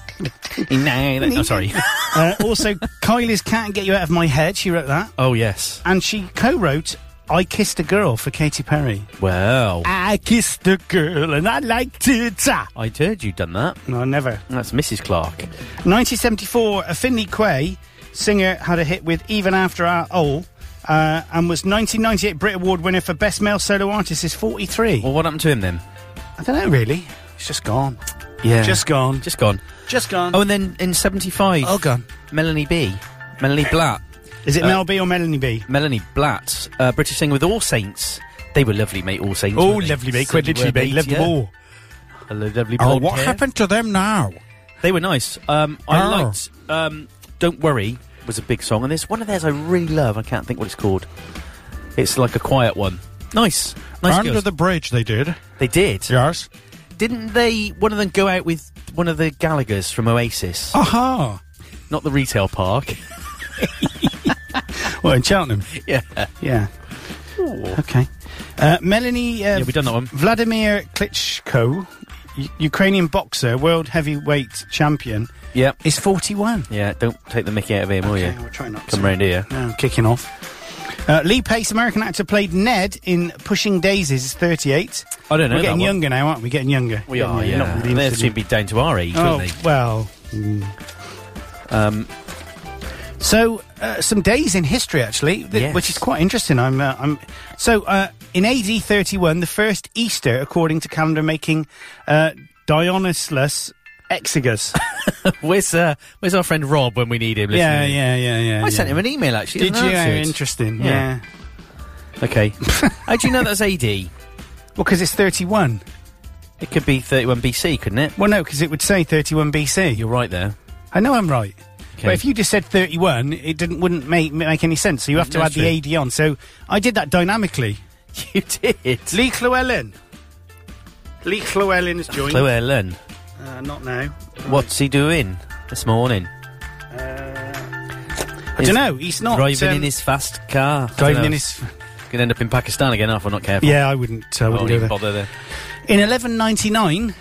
Oh, sorry. [laughs] Uh, [laughs] also, Kylie's Can't Get You Out of My Head. She wrote that. Oh yes. And she co wrote I Kissed a Girl for Katy Perry. Well, I kissed a girl and I liked it. ah. I'd heard you'd done that. No, never. That's Mrs. Clark. 1974, a Finley Quay singer had a hit with Even After Our All uh, and was 1998 Brit Award winner for Best Male Solo Artist is 43. Well, what happened to him then? I don't know, really. It's just gone. Yeah, Just gone. just gone. Just gone. Oh, and then in '75, Oh, gone. Uh, Melanie B, Melanie Blatt, Is it Mel B or Melanie B? Melanie Blatt, uh, British singer with All Saints. They were lovely, mate. All Saints. Oh, weren't they? lovely, mate. So Quite they literally, were, mate. Loved them yeah. all. Oh, A lo- lovely blonde hair. to them now? They were nice. Um, I Oh. liked. Um, Don't worry was a big song, and there's one of theirs I really love. I can't think what it's called. It's like a quiet one. Nice, nice girls. bridge, they did. they did. Yes. Didn't they? One of them go out with one of the Gallagher's from Oh. Oasis, Aha. not the retail [laughs] park. Well, in Cheltenham. yeah. [laughs] Yeah. Okay. Uh, Melanie. Uh, Yeah, we done that one. Vladimir Klitschko, U- Ukrainian boxer, world heavyweight champion, Oh, Yeah. is 41. Yeah, don't take the mickey out of him, will Okay, you? we'll try not Come to. round here. No, I'm kicking off. Uh, Lee Pace, American actor, played Ned in Pushing Daisies. Is 38. I don't know We're that getting one. younger now, aren't we? Getting younger. We Getting are, younger. yeah. Not really they interested seem to in- be down to our age, Oh don't they? well. Um. So uh, some days in history, actually, th- Yes. which is quite interesting. I'm. Uh, I'm. So uh, in AD 31, the first Easter, according to calendar making, uh, Dionysus [laughs] Exiguus. Where's uh, where's our friend Rob when we need him? Listening? yeah, yeah, yeah, yeah. I sent yeah. him an email actually. Did you? hasn't I, Yeah, answered? interesting. Yeah. Yeah. Okay. [laughs] How do you know that's AD? It Well, because it's 31. could be 31 BC, couldn't it? Well, no, because it would say 31 BC. You're right there. I know I'm right. Okay. But if you just said 31, it didn't wouldn't make make any sense. So you have to That's add the AD on. So I did that dynamically. [laughs] You did. Lee Llewellyn. Lee Llewellyn has joined. Llewellyn, Uh, not now. what's he doing this morning? Uh, I don't know. He's not Driving um, in his fast car. I driving dunno. in his. [laughs] Going to end up in Pakistan again, if we're not careful. Oh, Yeah, I wouldn't. I I won't wouldn't go even there. bother there. In 1199,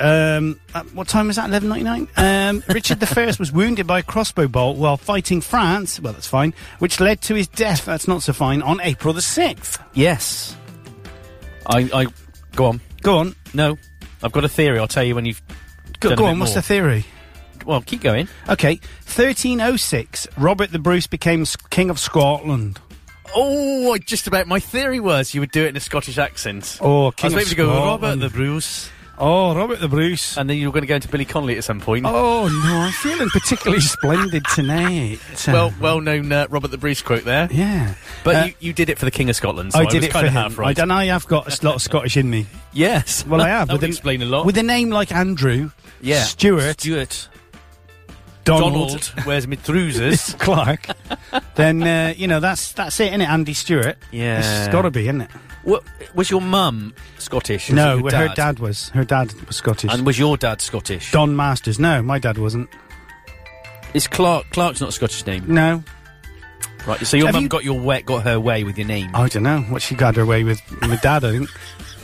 Um, uh, what time was that? Eleven ninety nine. Um, [laughs] Richard the First was wounded by a crossbow bolt while fighting France. Well, that's fine. Which led to his death. That's not so fine. On April the sixth. Yes. I, I go on. Go on. No, I've got a theory. I'll tell you when you've. Go, done go a bit on. What's more. the theory? Well, keep going. Okay, 1306. Robert the Bruce became s- king of Scotland. Oh, I just about my theory was you would do it in a Scottish accent. Oh, I was king of waiting to go Robert Scotland. the Bruce, Oh, Robert the Bruce. and then you were going to go into Billy Connolly at some point. Oh no, I'm feeling particularly splendid tonight. Well, well-known uh, Robert the Bruce quote there. yeah, But Uh, you, you did it for the King of Scotland. So I I, did was it kind for of him. half right. I, and I have got a lot of Scottish in me. [laughs] Yes. Well, I have. that with would a- explain a lot. With a name like Andrew, yeah. Stuart, Stuart. Donald, Donald. Where's my trousers? Clark, then uh, you know that's that's it, isn't it? Andy Stewart. Yeah. it's got to be, isn't it? [laughs] What, was your mum Scottish? Was it no, your her dad was her dad was Scottish. And was your dad Scottish? Don Masters. No, my dad wasn't. Is Clark Clark's not a Scottish name, No, right? So your Have mum you- got your way, got her way with your name. I don't know what she got her away with. My dad, I think,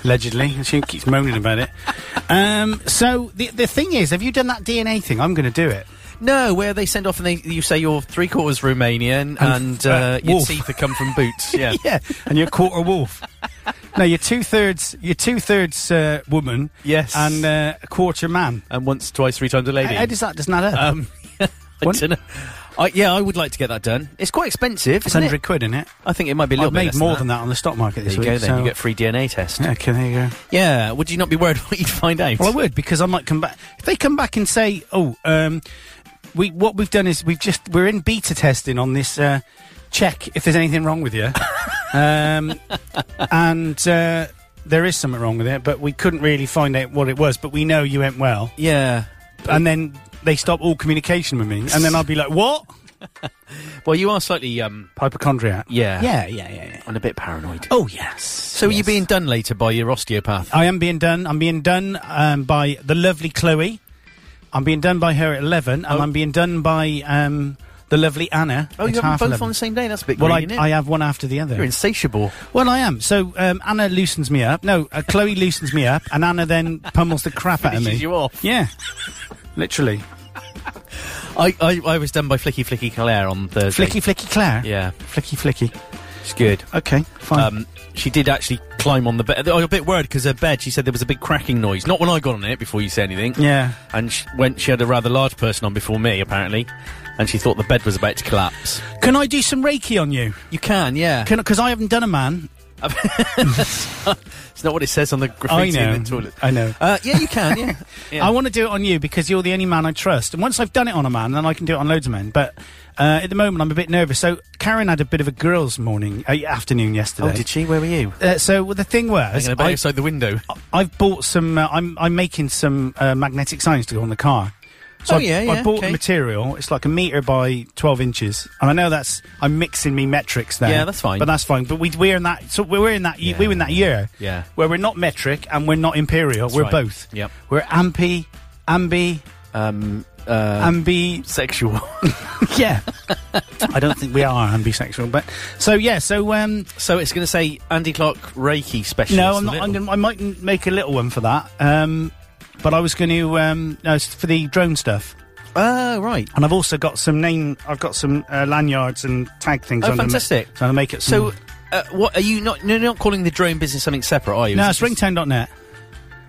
allegedly. She keeps moaning about it. Um, so the the thing is, have you done that DNA thing? I'm going to do it. No, where they send off and they you say you're three quarters Romanian and, uh, uh, your wolf. teeth are come from [laughs] boots. Yeah. yeah, and you're a quarter wolf. no, you're two thirds. You're two thirds uh, woman. Yes. and uh, a quarter man. and once, twice, three times a How- lady. How does that doesn't add up? um, [laughs] I One- don't know. I, yeah, I would like to get that done. It's quite expensive. it's isn't it? hundred quid in it. I think it might be a little I've bit made less more than that on the stock market There this you week. go. Then so- you get free DNA test. Yeah. Okay, there you go. Would you not be worried [laughs] what you'd find out? Well, I would because I might come back. If they come back and say, "Oh, um, we what we've done is we've just we're in beta testing on this. Uh, check if there's anything wrong with [laughs] you." um, and uh, there is something wrong with it, but we couldn't really find out what it was. But we know you went well, yeah. and then they stop all communication with me, and then I'll be like, "What?" Well, you are slightly um Hypochondriac. Yeah. Yeah. Yeah. Yeah. yeah. and a bit paranoid. Oh yes. so are you being done later by your osteopath? I am being done. I'm being done um, by the lovely Chloe. I'm being done by her at eleven, and I'm being done by um, the lovely Anna. Oh, at you have half them 11. both on the same day. That's a bit Well, I, green, I have one after the other. You're insatiable. Well, I am. So um, Anna loosens me up. No, uh, Chloe loosens me up, and Anna then pummels the crap out of me. Finishes you off. Yeah, literally. I, I, I was done by Flicky Flicky Claire on Thursday. Flicky, flicky, Claire. Yeah, Flicky, flicky. it's good. Okay, fine. Um, she did actually climb on the bed. I was a bit worried because her bed. She said there was a big cracking noise. Not when I got on it before you said anything. yeah. And she, when she had a rather large person on before me, apparently, and she thought the bed was about to collapse. Can I do some Reiki on you? You can, yeah. Because I haven't done a man. it's not what it says on the graffiti I know. in the toilet. I know. Uh, yeah, you can. [laughs] Yeah. yeah. I want to do it on you because you're the only man I trust. And once I've done it on a man, then I can do it on loads of men. But uh, at the moment, I'm a bit nervous. So Karen had a bit of a girls' morning uh, afternoon yesterday. oh, did she? Where were you? Uh, so well, the thing was, Hanging about I, outside the window. I've bought some. Uh, I'm I'm making some uh, magnetic signs to go on the car. So Oh, I, yeah, I yeah, bought the okay. material. It's like a meter by twelve inches, and I know that's I'm mixing me metrics there. Yeah, that's fine. But that's fine. But we, we're in that. So we're in that. ye- We're in that year. Yeah. Where we're not metric and we're not imperial. we're right. both. Yep. We're ampi, ambi, Um, uh, ambi. sexual. [laughs] Yeah. I don't think we are ambisexual, but so yeah. So um, so it's going to say Andy Clark Reiki specialist. no, I'm on not. it, I'm or- gonna, I might n- make a little one for that. Um, but I was going to um, no, it's for the drone stuff, Oh, right. and I've also got some name. I've got some uh, lanyards and tag things. Oh, I'm gonna ma- fantastic. so I'm gonna make it. So, Some, uh, what are you not? No, you're not calling the drone business something separate, are you? no, Is it's it just- ringtone.net.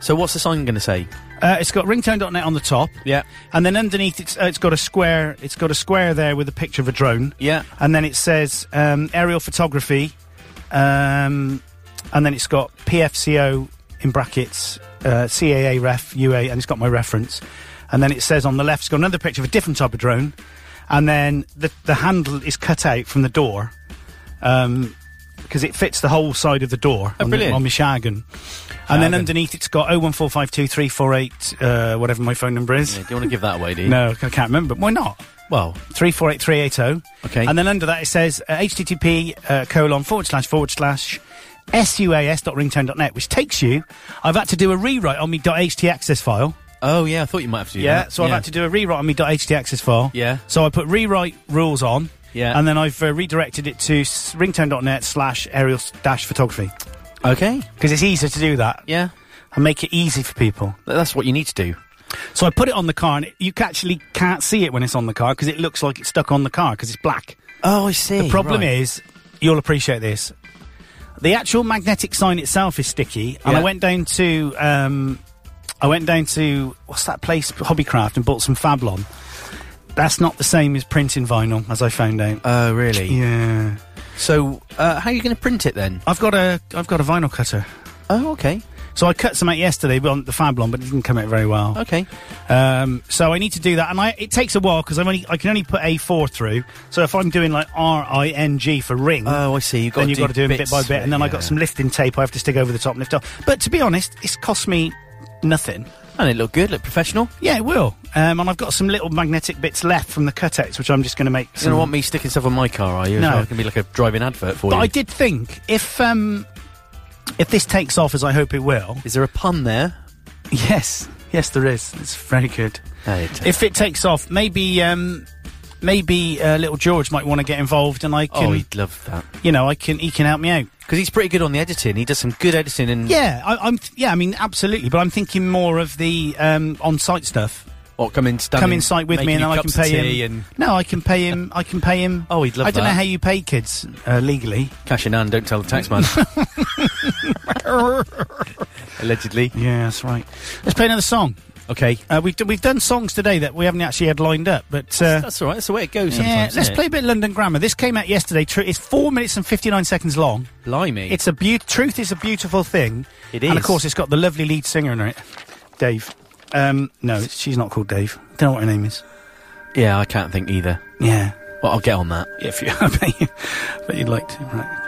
So, what's the sign going to say? Uh, it's got ringtone.net on the top. Yeah. And then underneath, it's uh, it's got a square. It's got a square there with a picture of a drone. Yeah. And then it says um, aerial photography, um, and then it's got PFCO in brackets, uh, CAA ref UA, and it's got my reference. And then it says on the left, it's got another picture of a different type of drone, and then the the handle is cut out from the door. Um, because it fits the whole side of the door on, the, Oh, brilliant. on my shagan. And then Shagan. underneath it's got 014523448, uh, whatever my phone number is. Yeah, do you want to give that away, do you? No, I can't remember. Why not? Well, Three four eight three eight zero. Okay. And then under that it says uh, http uh, colon forward slash forward slash suas.ringtone.net, which takes you. I've had to do a rewrite on me .htaccess file. oh yeah, I thought you might have to do Yeah. that. So I've had to do a rewrite on me .htaccess file. Yeah. So I put rewrite rules on. Yeah. And then I've uh, redirected it to s- ringtone.net slash aerial dash photography Okay. because it's easier to do that. Yeah. and make it easy for people. That's what you need to do. So I put it on the car, and it, you ca- actually can't see it when it's on the car because it looks like it's stuck on the car because it's black. Oh, I see. The problem is, you'll appreciate this. The actual magnetic sign itself is sticky, and Yeah. I went down to um, I went down to what's that place, Hobbycraft, and bought some Fablon. That's not the same as printing vinyl, as I found out. Oh, really? yeah, So, uh, how are you going to print it then? I've got a I've got a vinyl cutter, Oh, okay. so I cut some out yesterday, but on the Fablon, but it didn't come out very well. Okay. Um, so I need to do that, and I, it takes a while because I'm only I can only put A4 through. So if I'm doing like R I N G for ring, Oh, I see. You've got then to you've do got to do it bit bits by of bit, it, and then I yeah. got some lifting tape I have to stick over the top and lift off. But to be honest, it's cost me nothing. And it looked good, looked professional. Yeah, it will. Um, and I've got some little magnetic bits left from the cutouts, which I'm just going to make. You Some. don't want me sticking stuff on my car, are you? No. It's going to be like a driving advert for but you. I did think if um, if this takes off as I hope it [laughs] will, Is there a pun there? yes, yes, there is. It's very good. if it takes off, maybe um, maybe uh, little George might want to get involved, and I can, oh, he'd Hmm. love that. you know, I can he can help me out. Because he's pretty good on the editing. He does some good editing and Yeah, I, I'm th- yeah, I mean, absolutely. But I'm thinking more of the um, on-site stuff. or come in, stand Come in, inside with me, and making then you I can cups of pay tea him. No, I can pay him. I can pay him. [laughs] Oh, he'd love I don't that. know how you pay kids uh, legally. and cash in hand. Don't tell the [laughs] tax man. Allegedly. Yeah, that's right. Let's play another song. Okay. Uh, we've d- we've done songs today that we haven't actually had lined up, but. Uh, That's all right. That's the way it goes. yeah, sometimes, let's isn't play it? a bit of London Grammar. This came out yesterday. Tru- It's four minutes and fifty-nine seconds long. Blimey. It's a beaut. Truth is a beautiful thing. It And is. of course, it's got the lovely lead singer in it, Dave. Um, no, it's- she's not called Dave. Don't know what her name is. yeah, I can't think either. Yeah, Well, I'll get on that. if you, [laughs] I bet you, but you'd like to, right?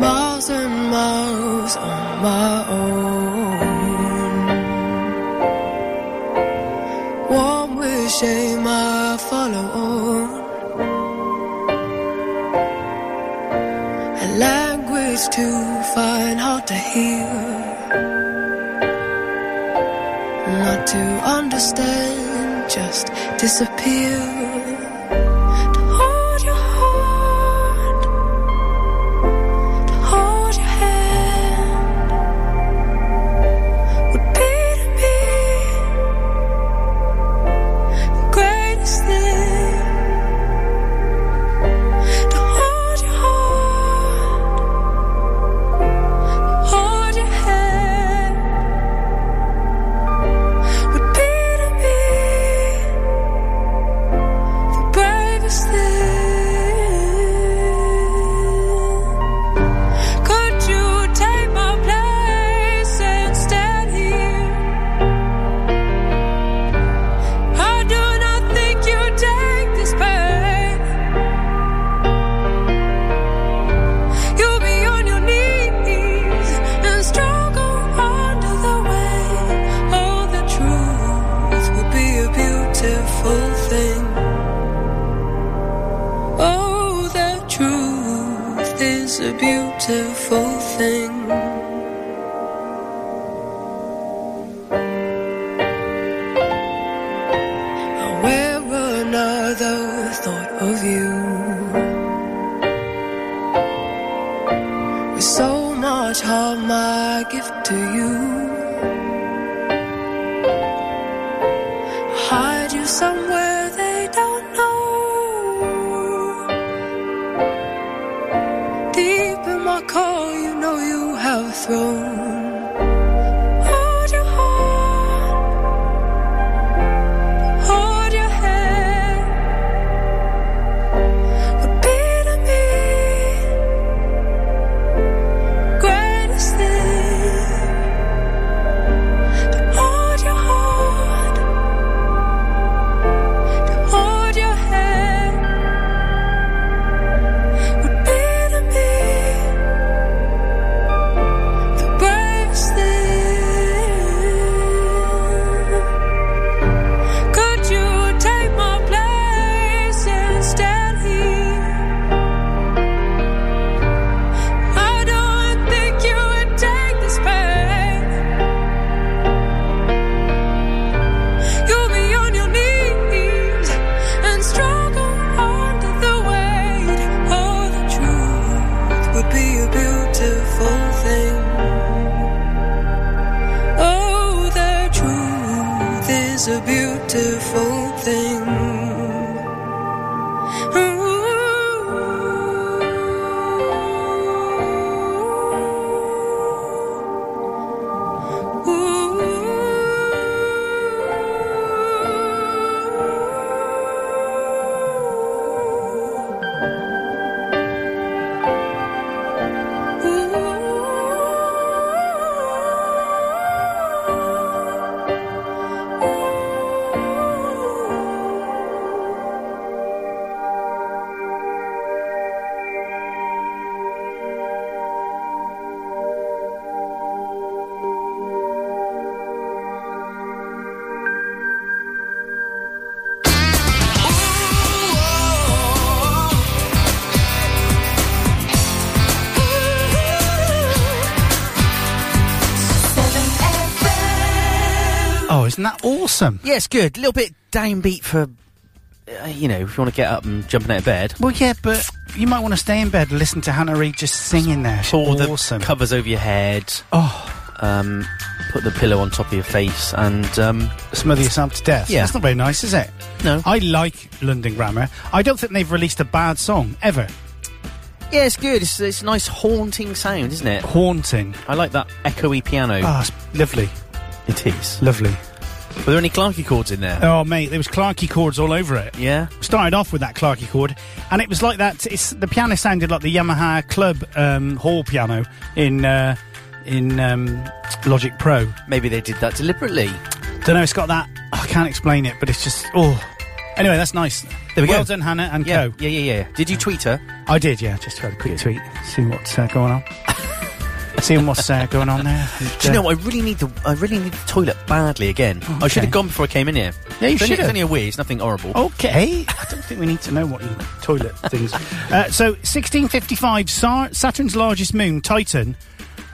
miles and miles on my own. One with shame I follow on. A language too fine, hard to hear. Not to understand, just disappear. To hold your heart hold your hand would be to me the greatest thing. To hold your heart, hold your hand would be to me the bravest thing. Could you take my place and stand here? I do not think you take this pain. You'll be on your knees and struggle under the weight. Oh, the truth would be a beautiful thing. Oh, the truth is a beautiful thing. I wear another thought of you. With so much harm I give to you. hide you somewhere they don't know. Deep in my core, you know you have a throne. Hold your heart, hold your hand. Would be to me greatest thing. Oh, Oh, is a beautiful thing. Ooh. Oh, isn't that awesome? Yeah, it's good. A little bit downbeat for, uh, you know, if you want to get up and jumping out of bed. Well, yeah, but you might want to stay in bed and listen to Hannah Reid just singing there. She's Pull the awesome. covers over your head. oh, Um, put the pillow on top of your face, and um, smother yourself to death. Yeah. That's not very nice, is it? No. I like London Grammar. I don't think they've released a bad song ever. yeah, it's good. It's, it's a nice haunting sound, isn't it? Haunting. I like that echoey piano. Ah, it's lovely. It is. Lovely. Were there any Clarky chords in there? Oh, mate, there was Clarkey chords all over it. Yeah. started off with that Clarkey chord, and it was like that. It's the piano sounded like the Yamaha Club um, hall piano in uh, in um, Logic Pro. Maybe they did that deliberately. Don't know. It's got that. I can't explain it, but it's just oh. Anyway, that's nice. There we well go. done, Hannah and Yeah. Co. Yeah, yeah, yeah. Did you tweet her? I did, yeah. Just had a quick tweet, see what's uh, going on, [laughs] seeing what's uh, going on there. And, Do you uh, know? I really need the I really need the toilet badly again. I should okay. have gone before I came in Yeah, here. you Oh. It's only- should have. It's only a wee. It's nothing horrible. Okay, I don't think we need to know what your toilet things. Uh, so, 1655, Sar- Saturn's largest moon, Titan,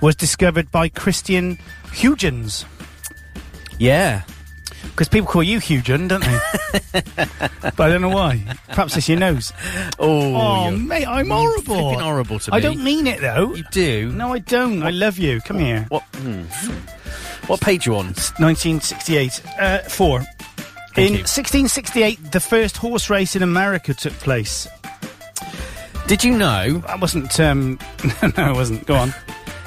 was discovered by Christian Huygens. Yeah. Because people call you Huygen, don't they? [laughs] but I don't know why. Perhaps it's your nose. Oh, Oh, you- mate, I'm horrible. flipping horrible to I me. don't mean it though. you do. No, I don't. I love you. Come here. What? hmm. What page you on? 1968. Uh, four. in you. 1668, the first horse race in America took place. Did you know? That wasn't. Um, [laughs] no, it wasn't. Go [laughs] on. uh,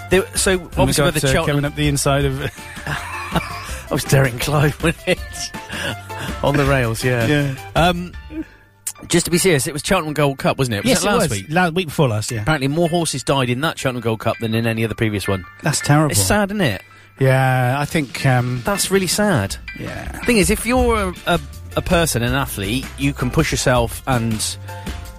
There, so obviously where the Cheltenham. up the inside of I was Derek Clive when it on the rails. Yeah. yeah. Um, just to be serious, it was Cheltenham Gold Cup, wasn't it? Was yes, that last it was week. last week before last. Yeah, Apparently, more horses died in that Cheltenham Gold Cup than in any other previous one. that's terrible. It's sad, isn't it? Yeah, I think. Um, That's really sad. yeah, Thing is, if you're a, a, a person, an athlete, you can push yourself and,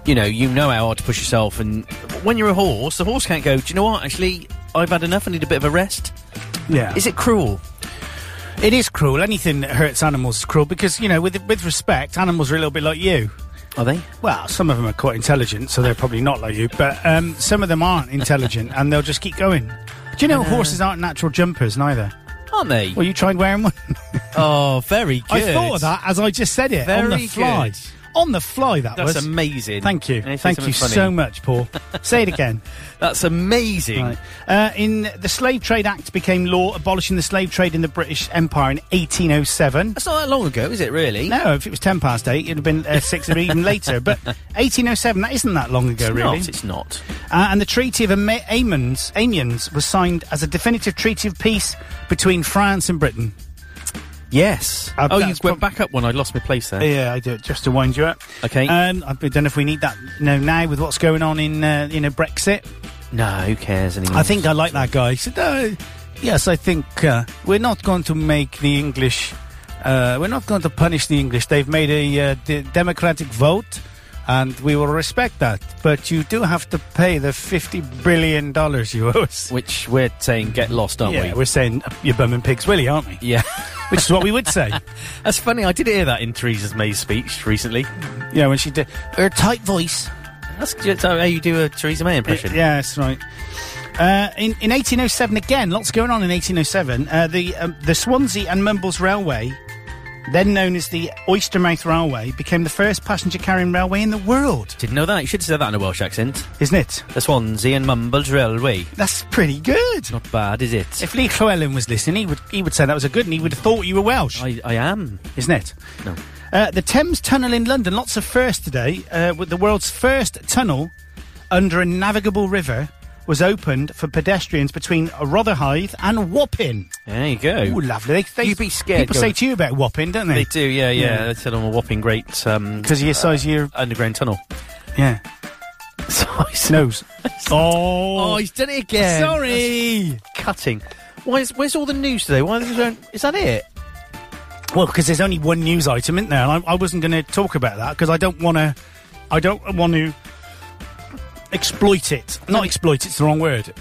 you know, you know how hard to push yourself. And when you're a horse, the horse can't go, do you know what, actually, I've had enough, I need a bit of a rest. yeah. Is it cruel? it is cruel. Anything that hurts animals is cruel because you know, with with respect, animals are a little bit like you. Are they? Well, some of them are quite intelligent, so they're probably not like you. But um, some of them aren't intelligent, and they'll just keep going. Do you know horses aren't natural jumpers neither? Aren't they? Well, you tried wearing one. oh, very [laughs] good. I thought of that as I just said it on Very the fly. good. On the fly, that That's was. amazing. Thank you. Can I say Thank you something funny? so much, [laughs] Paul. Say it again. That's amazing. Right. Uh, in the Slave Trade Act became law abolishing the slave trade in the British Empire in 1807. That's not that long ago, is it, really? No, if it was 10 past 8, it'd have been uh, 6 or even later. [laughs] But 1807, that isn't that long ago, It's really. not. It's not. Uh, and the Treaty of Am- Amiens, Amiens was signed as a definitive treaty of peace between France and Britain. Yes. Uh, oh, you that's went prob- back up one. I lost my place there. Yeah, I do it just to wind you up. Okay. Um, I don't know if we need that you know, now with what's going on in, uh, you know, Brexit. no, who cares anymore? I think I like that guy. He said, "Uh, "Yes, I think uh, we're not going to make the English. Uh, we're not going to punish the English. They've made a uh, d- democratic vote, and we will respect that. But you do have to pay the fifty billion dollars you owe us." [laughs] Which we're saying get lost, aren't yeah, we? we're saying you're bumming pigs, Willie, aren't [laughs] we? Yeah. Which is what we would say. That's funny. I did hear that in Theresa May's speech recently. yeah, when she did her tight voice. That's just how you do a Theresa May impression. Yeah, that's right. Uh, in, in 1807, again, lots going on in 1807. Uh, the um, the Swansea and Mumbles Railway then known as the Oystermouth Railway, became the first passenger carrying railway in the world, Didn't know that. You should have said that in a Welsh accent. isn't it? The Swansea and Mumbles Railway. That's pretty good. Not bad, is it? If Lee Llewellyn was listening, he would he would say that was a good, and he would have thought you were Welsh, I, I am. isn't it? No. Uh, the Thames Tunnel in London, lots of firsts today. Uh, with the world's first tunnel under a navigable river was opened for pedestrians between Rotherhithe and Wapping. There you go. Ooh, lovely. They, they, You'd be scared People say going- to you about Wapping, don't They they? do, yeah, yeah. They said I'm a whopping great um, Because of your size, your underground tunnel. [laughs] yeah So I said- nose. [laughs] oh, he's done it again. sorry. Cutting. Why is, where's all the news today? Why is, there, is that it? Well, because there's only one news item in there, and I, I wasn't going to talk about that because I don't want to. I don't want to exploit it. Not exploit. It's the wrong word.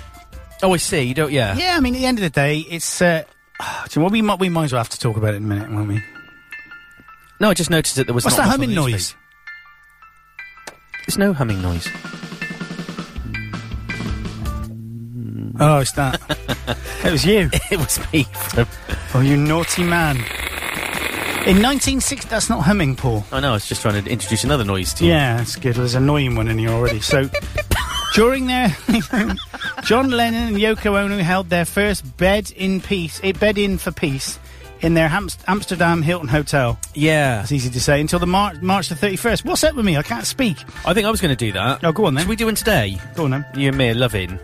Oh, I see. You don't. Yeah. Yeah, I mean, at the end of the day, it's. Uh, [sighs] do you know what? We might, we might as well have to talk about it in a minute, won't we? No, I just noticed that there was. What's not that much on humming the noise? newspaper. There's no humming noise. Oh, it's that. [laughs] it was you. [laughs] it was me. From, Oh, you naughty man. In 1960, that's not humming, Paul. I know. I was just trying to introduce another noise to you. Yeah, that's good. There's an annoying one in here already. So, during their [laughs] John Lennon and Yoko Ono held their first bed in peace, eh, bed in for peace, in their Hamst- Amsterdam Hilton hotel. Yeah. It's easy to say until the Mar- March the 31st. What's up with me? I can't speak. I think I was going to do that. Oh, go on then. What we doing today? Go on then. You and me, loving.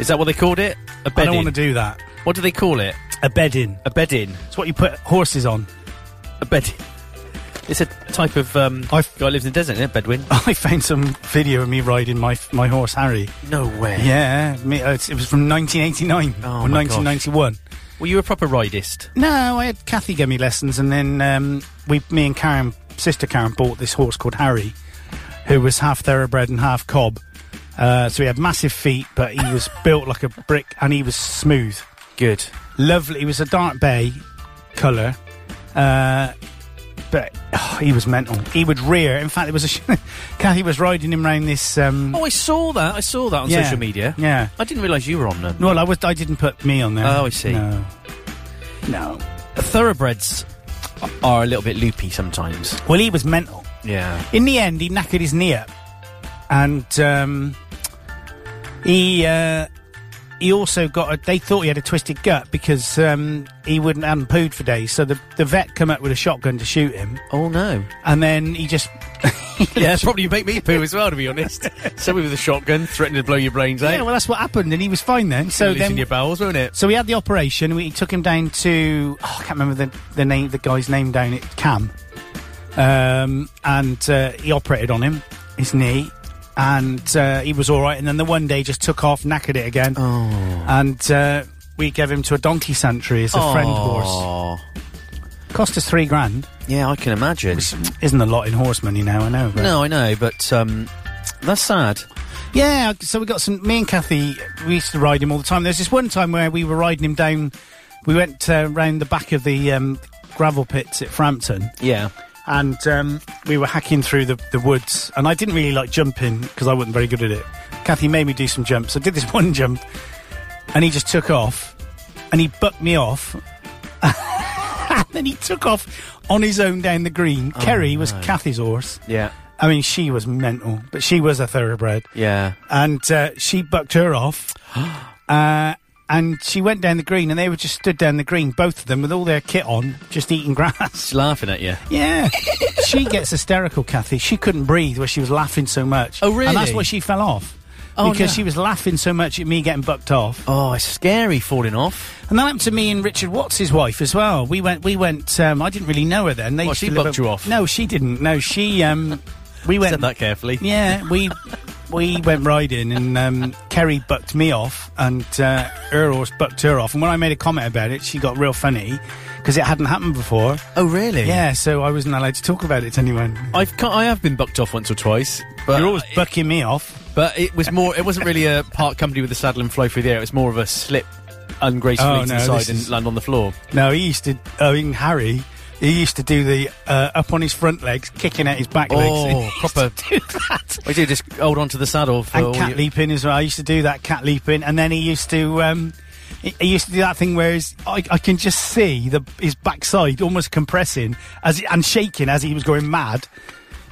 Is that what they called it? I A bed don't in. want to do that. What do they call it? A bed in. A bed in. It's what you put horses on. [laughs] A bed. [laughs] It's a type of um, I've- guy lives in the desert, isn't it? Bedouin. I found some video of me riding my my horse Harry. No way. Yeah, me, uh, it's- it was from 1989 Oh, or my 1991. Well, you were a proper ridist. No, I had Kathy give me lessons, and then um, we, me and Karen, sister Karen, bought this horse called Harry, who was half thoroughbred and half cob. Uh, so he had massive feet, but he was [laughs] built like a brick, and he was smooth, Good. lovely. He was a dark bay colour, uh, but oh, he was mental. He would rear. In fact, it was a sh- [laughs] Kathy was riding him round this. Um, Oh, I saw that. I saw that on yeah, social media. Yeah. I didn't realise you were on um, them. Well, I was. I didn't put me on there. Oh, I see. No. No. Thoroughbreds are a little bit loopy sometimes. Well, he was mental. Yeah. In the end, he knackered his knee up, and um, he uh, he also got. A, they thought he had a twisted gut because um, he wouldn't hadn't pooed for days. So the the vet come up with a shotgun to shoot him, Oh no. and then he just yeah, [laughs] probably make me poo as well. To be [laughs] honest, somebody with a shotgun threatening to blow your brains out. yeah. Well, that's what happened, and he was fine then. So Releasing then. your bowels, won't it? So we had the operation. We took him down to oh, I can't remember the, the name, the guy's name down at Cam, um, and uh, he operated on him, his knee, and uh, he was all right. And then the one day just took off, knackered it again, and uh, we gave him to a donkey sentry as a friend horse. Oh. Cost us three grand. Yeah, I can imagine. Isn't a lot in horse money now, I know. But No, I know, but um, that's sad. Yeah, so we got some. Me and Kathy, we used to ride him all the time. There's this one time where we were riding him down. We went uh, round the back of the um, gravel pits at Frampton, Yeah. and um, we were hacking through the, the woods. And I didn't really like jumping because I wasn't very good at it. Kathy made me do some jumps. I did this [laughs] one jump, and he just took off, and he bucked me off, [laughs] and then he took off on his own down the green. Kerry was Kathy's horse. Yeah. I mean, she was mental, but she was a thoroughbred Yeah. and uh, she bucked her [gasps] off. uh, and she went down the green, and they were just stood down the green, both of them, with all their kit on, just eating grass. [laughs] She's laughing at you. yeah. she gets hysterical, Kathy. She couldn't breathe where she was laughing so much. Oh, And that's really? why she fell off. Oh, because no. she was laughing so much at me getting bucked off. Oh, it's scary falling off. And that happened to me and Richard Watts' wife as well. We went, we went, um, I didn't really know her then. They Well, used she to live bucked up- you off. No, she didn't. No, she, um, we went. [laughs] Said that carefully. Yeah, we we went riding, and um, Kerry bucked me off, and uh, her horse bucked her off. And when I made a comment about it, she got real funny because it hadn't happened before. Oh, really? Yeah, so I wasn't allowed to talk about it to anyone. I've ca- I have been bucked off once or twice, but You're always it- bucking me off. but it was more. It wasn't really a part company with a saddle and fly through the air. It was more of a slip ungracefully Oh, to no, the side this and is- land on the floor. No, he used to. Oh, even Harry. He used to do the uh, up on his front legs, kicking out his back [laughs] legs. Oh, proper! do that. I do just hold on to the saddle for and all cat your- leaping as well. I used to do that cat leaping, and then he used to um, He, he used to do that thing where his, I, I can just see the his backside almost compressing as he- and shaking as he was going mad.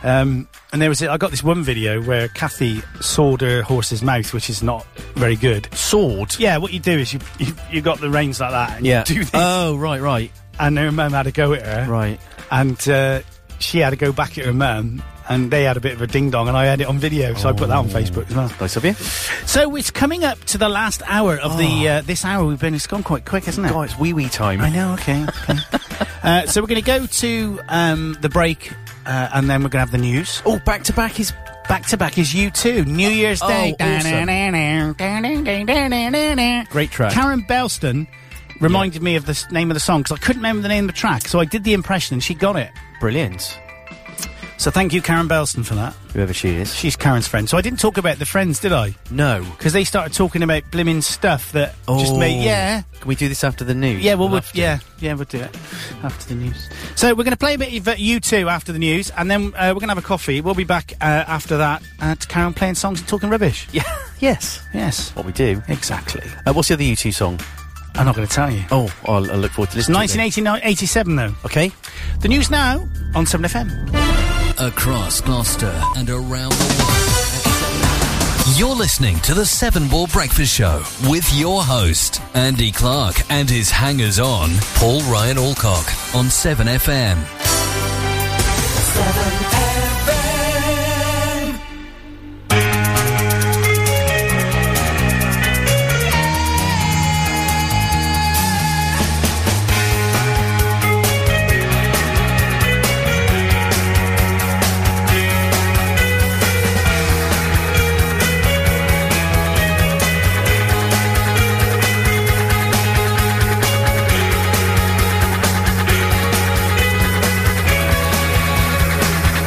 Um, and there was I got this one video where Kathy sawed her horse's mouth, which is not very good. Sword. Yeah, what you do is you you, you got the reins like that and Yeah. you do this. Oh, right, right, and her mum had a go at her right. and uh, she had to go back at her mum, and they had a bit of a ding dong, and I had it on video, so I put that on Facebook as well. Oh. Nice of you. Oh. So it's coming up to the last hour of the uh, this hour we've been. It's gone quite quick, hasn't it? God, it's wee wee time. I know. Okay. okay. uh, so we're going to go to um, the break, uh, and then we're going to have the news. Oh, back to back is Back to back is you too. New Year's Oh, Day. awesome. Great Great track. Karen Belston reminded me of the s- name of the song because I couldn't remember the name of the track, so I did the impression, and she got it. brilliant. So thank you, Karen Belston, for that. Whoever she is. She's Karen's friend. So I didn't talk about the friends, did I? No. Because they started talking about blimmin' stuff that just made. Yeah. Oh. Can we do this after the news? Yeah, well, we'll After. yeah, yeah, we'll do it after the news. So we're going to play a bit of uh, you two after the news, and then uh, we're going to have a coffee. We'll be back uh, after that uh, to Karen playing songs and talking rubbish. Yeah. [laughs] yes. Yes, What we do. exactly. Uh, what's the other U2 song? I'm not going to tell you. Oh, I'll, I'll look forward to listening. to it 1989, 87 though. then. Okay. The news now on 7FM. across Gloucester and around the world. You're listening to the Seven Ball Breakfast Show with your host, Andy Clark, and his hangers on, Paul Ryan Alcock, on 7FM. I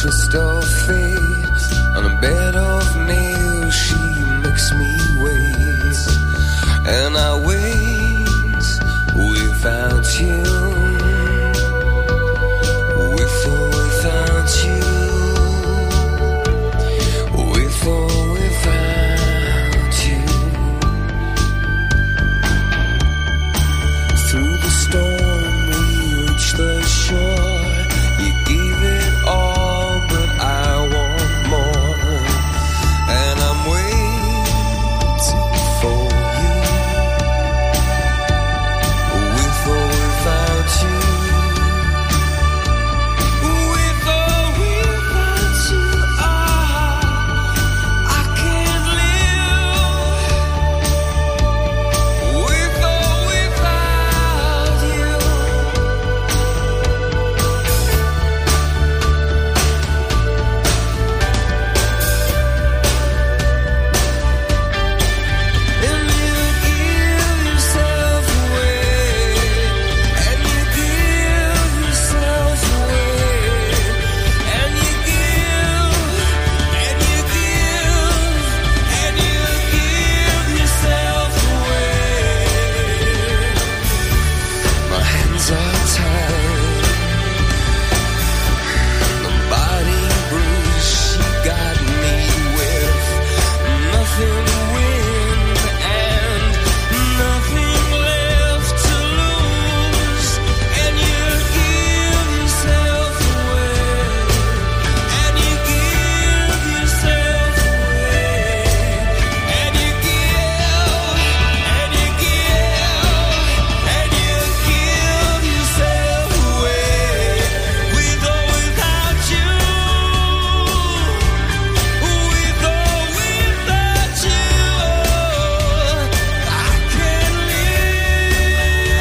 kissed her face on a bed of nails. She makes me wait, and I wait without you, with or without you, with or without you. Through the storm, we reached the shore. You gave it all, but I want more. And I'm waiting for you. With or without you. With or without you, ah, I can't live. With or without you, and you give yourself away, and you give yourself away, and you give, and you give, and you give yourself away. My hands are tied. My body bruised. She got me with nothing to win and nothing left to lose. And you give yourself away. And you give yourself away. And you give. And you give. And you give yourself away. With or without you. With or without you. I can't live.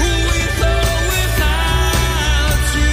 With or without you.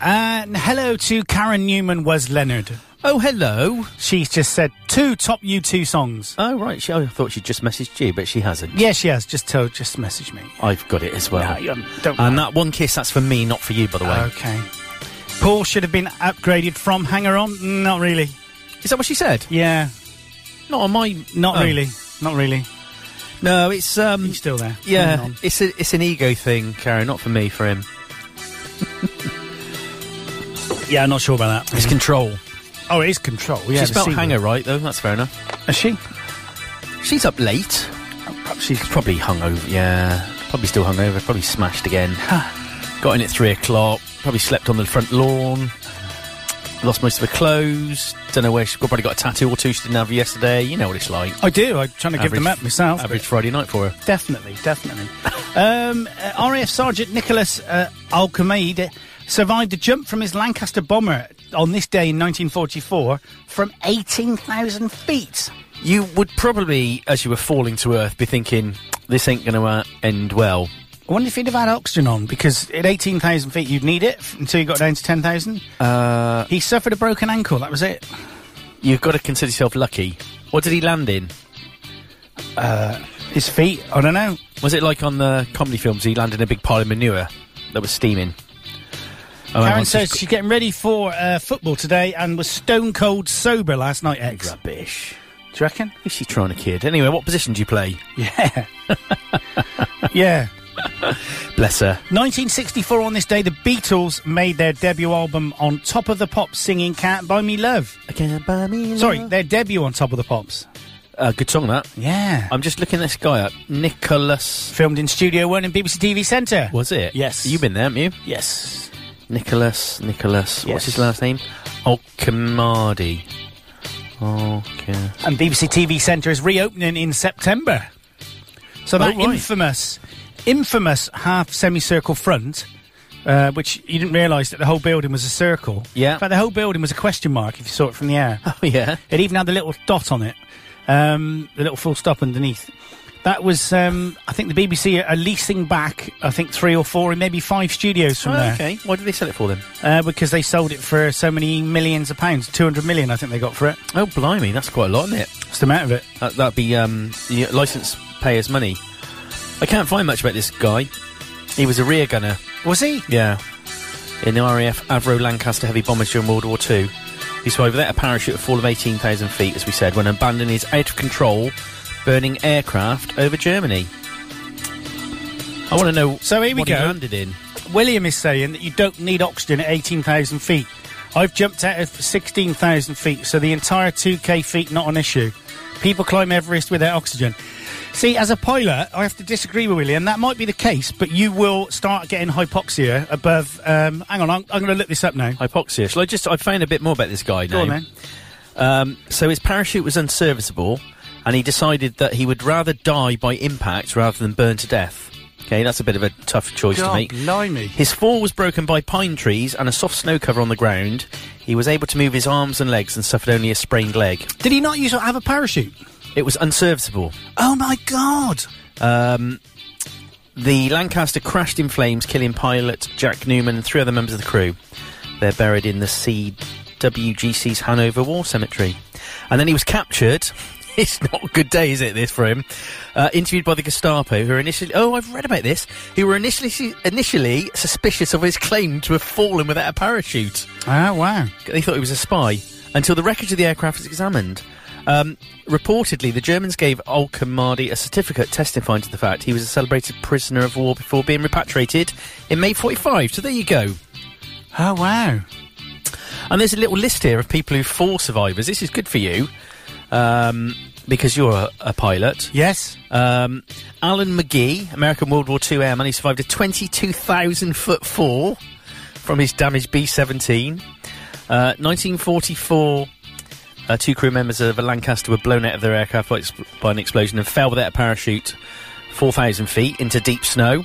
And hello to Karen Newman, Wes Leonard. Oh, hello. She's just said two top U2 songs. Oh, right. She, I thought she just messaged you, but she hasn't. Yeah, she has. Just told, just message me. I've got it as well. No, you haven't. Don't and that one kiss, that's for me, not for you, by the way. Okay. Paul should have been upgraded from hanger on. Mm, Not really. Is that what she said? Yeah, Not on my. not Oh. really. Not really. No, it's. um He's still there. Hang Yeah, on. it's a, it's an ego thing, Karen. Not for me, for him. Yeah, I'm not sure about that. It's control. Oh, it is control. Yeah, the she spelled C word. hanger right, though. That's fair enough. Is she? She's up late. Perhaps she's Probably hungover. Yeah, probably still hungover. [sighs] Probably smashed again. Got in at three o'clock. Probably slept on the front lawn. lost most of her clothes. Don't know where she's got, probably got a tattoo or two she didn't have yesterday. You know what it's like. I do. I'm trying to give them Average- up myself. Average Friday night for her. Definitely, definitely. um, uh, RAF Sergeant Nicholas uh, Alchemade survived a jump from his Lancaster bomber on this day in 1944 from 18,000 feet. You would probably, as you were falling to earth, be thinking, this ain't going to uh, end well. I wonder if he'd have had oxygen on because at 18,000 feet you'd need it f- until you got down to 10,000. Uh, he suffered a broken ankle. That was it. You've got to consider yourself lucky. What did he land in? His feet. I don't know. Was it like on the comedy films? He landed in a big pile of manure that was steaming. Oh, Karen everyone's says just she's getting ready for uh, football today and was stone cold sober last night. X. got- rubbish. Do you reckon? Is she trying to kid? Anyway, what position do you play? Yeah. [laughs] yeah. Bless her. 1964 on this day, the Beatles made their debut album on Top of the Pops singing Can't Buy Me Love. I can't buy me. Sorry, their debut on Top of the Pops. Uh, good song that. Yeah. I'm just looking this guy up. Nicholas. Filmed in Studio 1 in BBC TV Centre. Was it? Yes. You've been there, haven't you? Yes. Nicholas. Nicholas. Yes. What's his last name? Alcamardi. Okay. And BBC TV Centre is reopening in September. So that Oh, right. infamous, infamous half semicircle front, uh, which you didn't realise that the whole building was a circle. Yeah. In fact, the whole building was a question mark if you saw it from the air. [laughs] Oh yeah. It even had the little dot on it, um, the little full stop underneath. That was, um, I think, the BBC are leasing back, I think, three or four, and maybe five studios from Oh, there okay. Why did they sell it for then? uh, because they sold it for so many millions of pounds, two hundred million, I think they got for it. Oh blimey, that's quite a lot, isn't it? That's the amount of it. That, that'd be um, the license payers' money. I can't find much about this guy. He was a rear gunner. Was he? Yeah. In the RAF Avro Lancaster heavy bombers during World War II. He survived without a parachute a fall of 18,000 feet, as we said, when abandoning his out of control burning aircraft over Germany. I want to know So here we what go. he landed in. William is saying that you don't need oxygen at eighteen thousand feet. I've jumped out of sixteen thousand feet, so the entire two k feet not an issue. People climb Everest without oxygen. See, as a pilot, I have to disagree with William. That might be the case, but you will start getting hypoxia above. Um, hang on, I'm, I'm going to look this up now. Hypoxia. Shall I just... I found a bit more about this guy Go now. on, then. So his parachute was unserviceable, and he decided that he would rather die by impact rather than burn to death. Okay, that's a bit of a tough choice to make. blimey. His fall was broken by pine trees and a soft snow cover on the ground. He was able to move his arms and legs and suffered only a sprained leg. Did he not use have a parachute? It was unserviceable. Oh my god! The Lancaster crashed in flames, killing pilot Jack Newman and three other members of the crew. They're buried in the CWGC's Hanover War Cemetery. And then he was captured. [laughs] It's not a good day, is it, this for him? Uh, interviewed by the Gestapo, who were initially... Oh, I've read about this. Who were initially initially suspicious of his claim to have fallen without a parachute. Oh wow! They thought he was a spy until the wreckage of the aircraft was examined. Um, reportedly, the Germans gave Olkamardi a certificate testifying to the fact he was a celebrated prisoner of war before being repatriated in May 45. So there you go. Oh wow! And there's a little list here of people who fall survivors. This is good for you um, because you're a, a pilot. Yes. Um, Alan McGee, American World War II airman, who survived a 22,000 foot fall from his damaged B 17. Uh, 1944, uh, two crew members of a Lancaster were blown out of their aircraft by, exp- by an explosion and fell without a parachute 4,000 feet into deep snow.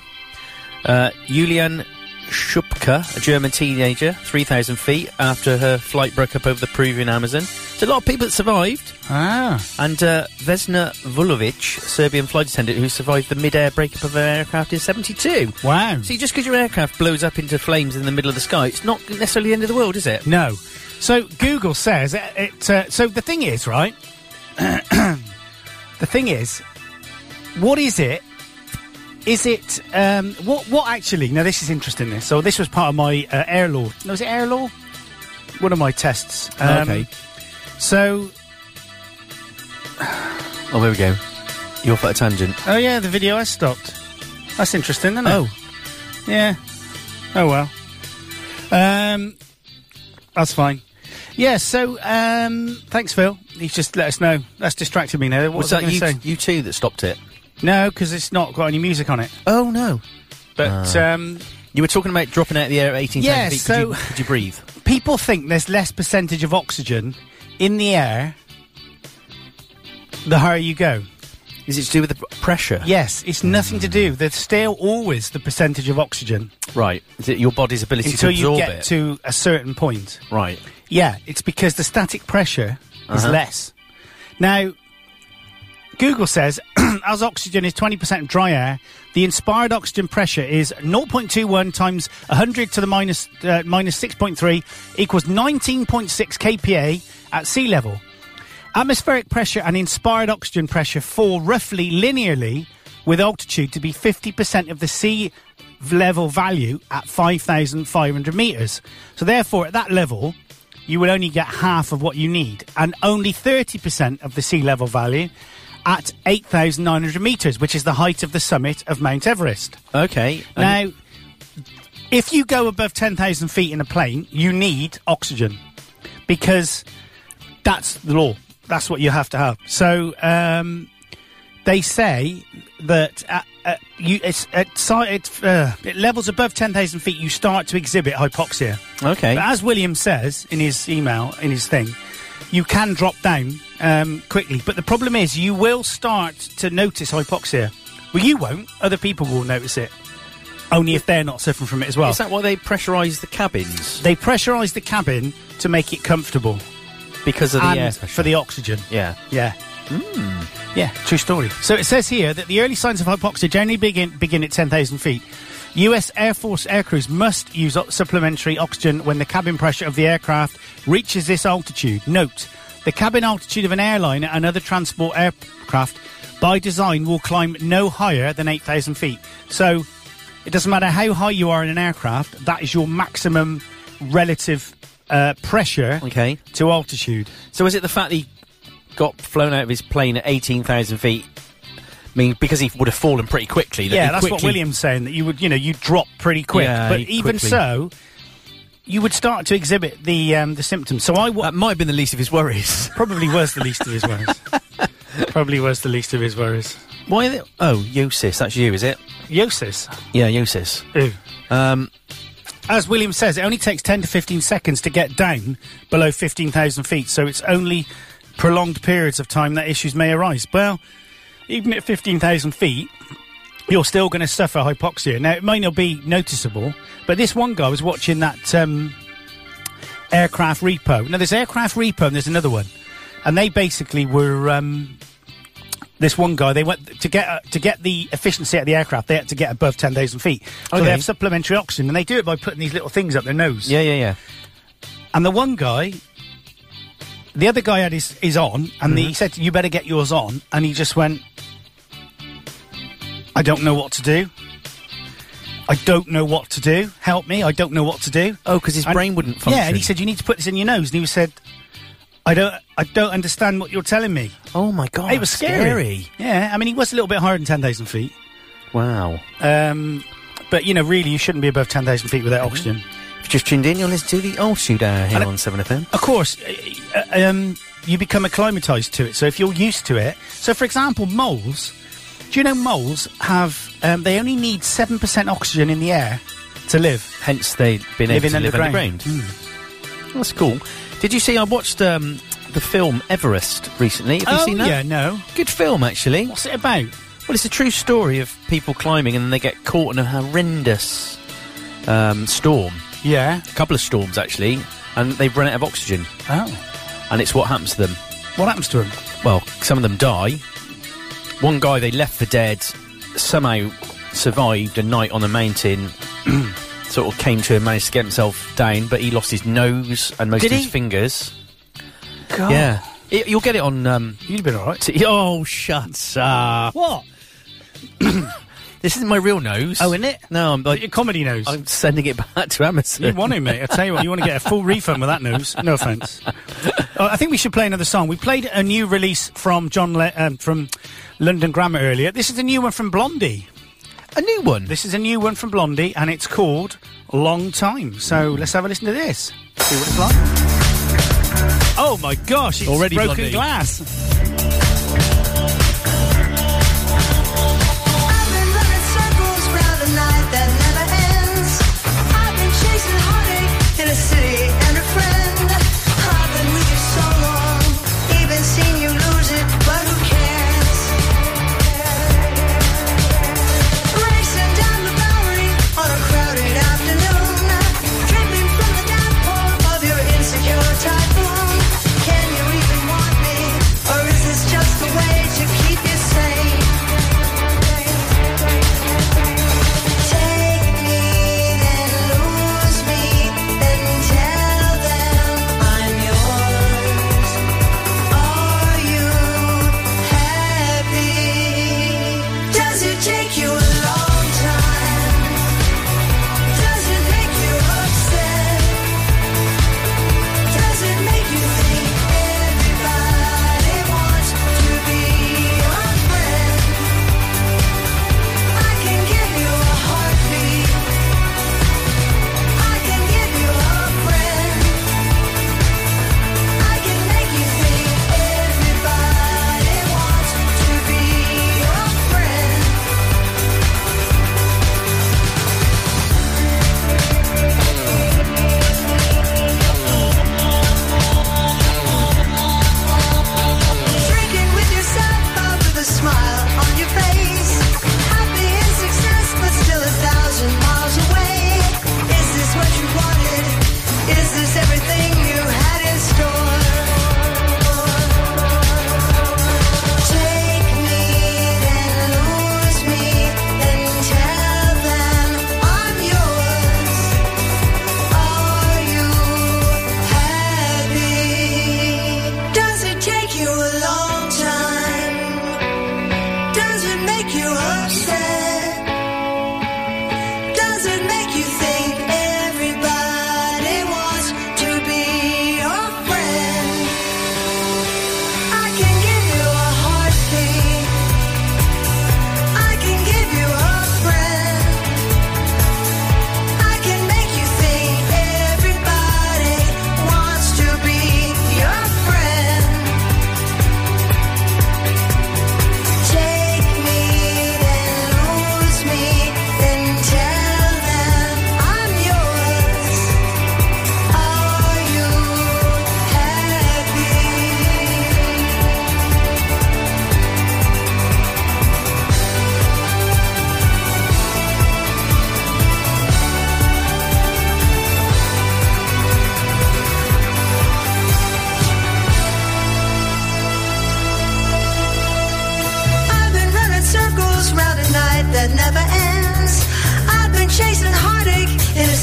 Uh, Julian Schupka, a German teenager, 3,000 feet after her flight broke up over the Peruvian Amazon. So a lot of people that survived. Ah. And uh, Vesna Vulovic, Serbian flight attendant who survived the mid-air breakup of her aircraft in 72. Wow. See, just because your aircraft blows up into flames in the middle of the sky, it's not necessarily the end of the world, is it? No. So Google says it. it uh, so the thing is, right? [clears throat] the thing is, what is it? Is it um, what? What actually? Now this is interesting. This. So this was part of my uh, air law. No, was it air law? One of my tests. Um, okay. So Oh, there we go. You're off at a tangent. oh yeah, the video has stopped. That's interesting, isn't it? Oh. Yeah. Oh well. Um, that's fine. Yeah. So um, thanks, Phil. He's just let us know. That's distracted me now. What Was was, I that going to you, say? you two that stopped it? No, because it's not got any music on it. Oh, no. But um, Ah. You were talking about dropping out of the air at 18,000 Yeah, feet. Could, so- you, could you breathe? people think there's less percentage of oxygen in the air the higher you go. Is it to do with the p- pressure? Yes, it's nothing to do. There's still always the percentage of oxygen Right. Is it your body's ability until to absorb you get it? to a certain point. right. Yeah, it's because the static pressure is less. Now, Google says [clears throat] as oxygen is 20% dry air, the inspired oxygen pressure is 0.21 times 100 to the minus, uh, minus 6.3 equals 19.6 kPa at sea level. Atmospheric pressure and inspired oxygen pressure fall roughly linearly with altitude to be 50% of the sea v- level value at 5,500 meters. So, therefore, at that level, you will only get half of what you need and only 30% of the sea level value at 8,900 meters, which is the height of the summit of Mount Everest. Okay. And now, if you go above 10,000 feet in a plane, you need oxygen because that's the law. That's what you have to have. So um, they say that at, at, you, it's, at, si- it's, uh, at levels above 10,000 feet, you start to exhibit hypoxia. Okay. But as William says in his email, in his thing, you can drop down um, quickly. But the problem is, you will start to notice hypoxia. Well, you won't. Other people will notice it. Only if they're not suffering from it as well. Is that why they pressurise the cabins? they pressurise the cabin to make it comfortable Because of the and air pressure. for the oxygen. yeah. Yeah. Yeah, true story. So it says here that the early signs of hypoxia generally begin, begin at 10,000 feet. US Air Force aircrews must use o- supplementary oxygen when the cabin pressure of the aircraft reaches this altitude. Note, the cabin altitude of an airliner and other transport aircraft by design will climb no higher than 8,000 feet. So it doesn't matter how high you are in an aircraft, that is your maximum relative uh, pressure Okay. to altitude. So is it the fact that he got flown out of his plane at 18,000 feet? I mean, because he would have fallen pretty quickly. that yeah, he that's what quickly- William's saying. That you would, you know, you drop pretty quick. Yeah, but you even quickly- so, you would start to exhibit the um, the symptoms. So I wa- That might have been the least of his worries. probably was the least of his worries. [laughs] probably was the least of his worries. [laughs] Why? Are they, oh, Yosis. That's you, is it? Yosis. Yeah, Yosis. Ew. Um, As William says, it only takes ten to fifteen seconds to get down below fifteen thousand feet. So it's only prolonged periods of time that issues may arise. Well, even at fifteen thousand feet. You're still going to suffer hypoxia. Now, it may not be noticeable, but this one guy was watching that um, aircraft repo. Now, there's aircraft repo and there's another one, and they basically were um, this one guy. They went to get uh, to get the efficiency out of the aircraft. They had to get above ten thousand feet, so Okay. they have supplementary oxygen, and they do it by putting these little things up their nose. yeah, yeah, yeah. And the one guy, the other guy had his, his on, and the, Mm-hmm. he said, You better get yours on. And he just went, I don't know what to do. I don't know what to do. Help me. I don't know what to do. Oh, 'cause his And- brain wouldn't function. Yeah, and he said, You need to put this in your nose. And he was said, I don't, I don't understand what you're telling me. Oh my god, it was scary. Yeah, I mean, he was a little bit higher than 10,000 feet. Wow. Um, but, you know, really, you shouldn't be above 10,000 feet without Mm-hmm. oxygen. If you just tuned in, you're listening to the old shoot hour here And I- on Seven FM. Of course, uh, uh, um, you become acclimatized to it. So if you're used to it, so for example, moles. Do you know moles have? Um, they only need seven percent oxygen in the air to live. Hence, they've been able Living to live underground. underground. Hmm. That's cool. Did you see? I watched um, the film Everest recently. Have you oh seen that? yeah, no. Good film, actually. What's it about? Well, it's a true story of people climbing and then they get caught in a horrendous um, storm. Yeah. A couple of storms, actually, and they've run out of oxygen. Oh, And it's what happens to them. what happens to them? well, some of them die. One guy they left for dead somehow survived a night on the mountain. [clears throat] sort of came to and managed to get himself down, but he lost his nose and most Did of he? his fingers. God. Yeah, It- you'll get it on. Um, [laughs] You'd been all right. t- oh, shut up! What? This isn't my real nose. Oh, isn't it? No, I'm Your like comedy nose. I'm sending it back to Amazon. you want him, mate. I tell you what, you want to get a full refund with that news. No offence. Uh, I think we should play another song. We played a new release from John Le- um, from London Grammar earlier. This is a new one from Blondie. a new one. This is a new one from Blondie, and it's called Long Time. So let's have a listen to this. See what it's like. Oh my gosh, it's Already broken Blondie. glass. I've been running circles round a night that never ends. I've been chasing heartache in a city and a friend.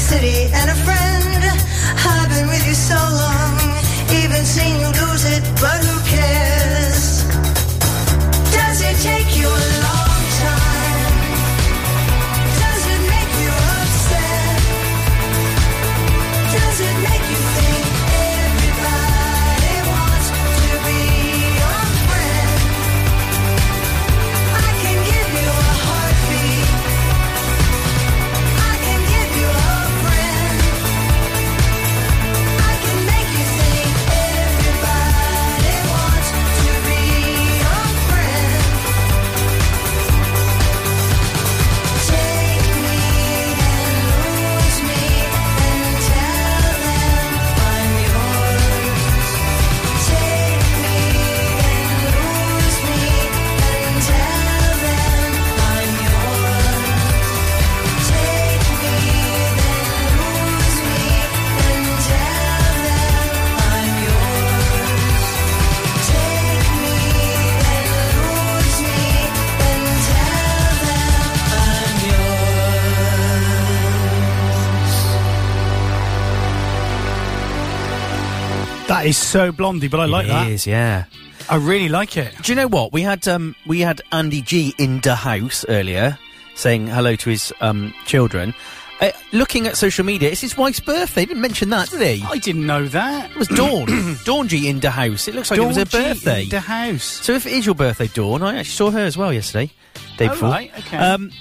city and a friend. I've been with you so long, even seen you lose it, but who cares? Does it take you a long time? Does it make you upset? Does it make you think everybody wants to be your friend? I can give you a heartbeat. I can give you a friend. I can make you think everybody wants to be your friend. Take me and lose me and tell them I'm yours. Take me and lose me and tell them I'm yours. Take me then lose me and tell them I'm yours. Take me then lose me and tell them I'm yours. That is so blondie, but I like It that. is, yeah. I really like it. Do you know what we had? Um, we had Andy G in the house earlier, saying hello to his um, children. Uh, looking at social media, it's his wife's birthday. Didn't mention that, did he? I didn't know that. It [clears throat] was Dawn. Dawn G in the house. It looks like it was her birthday. The house. so if it is your birthday, Dawn, I actually saw her as well yesterday, day Oh, before. right, okay. Um,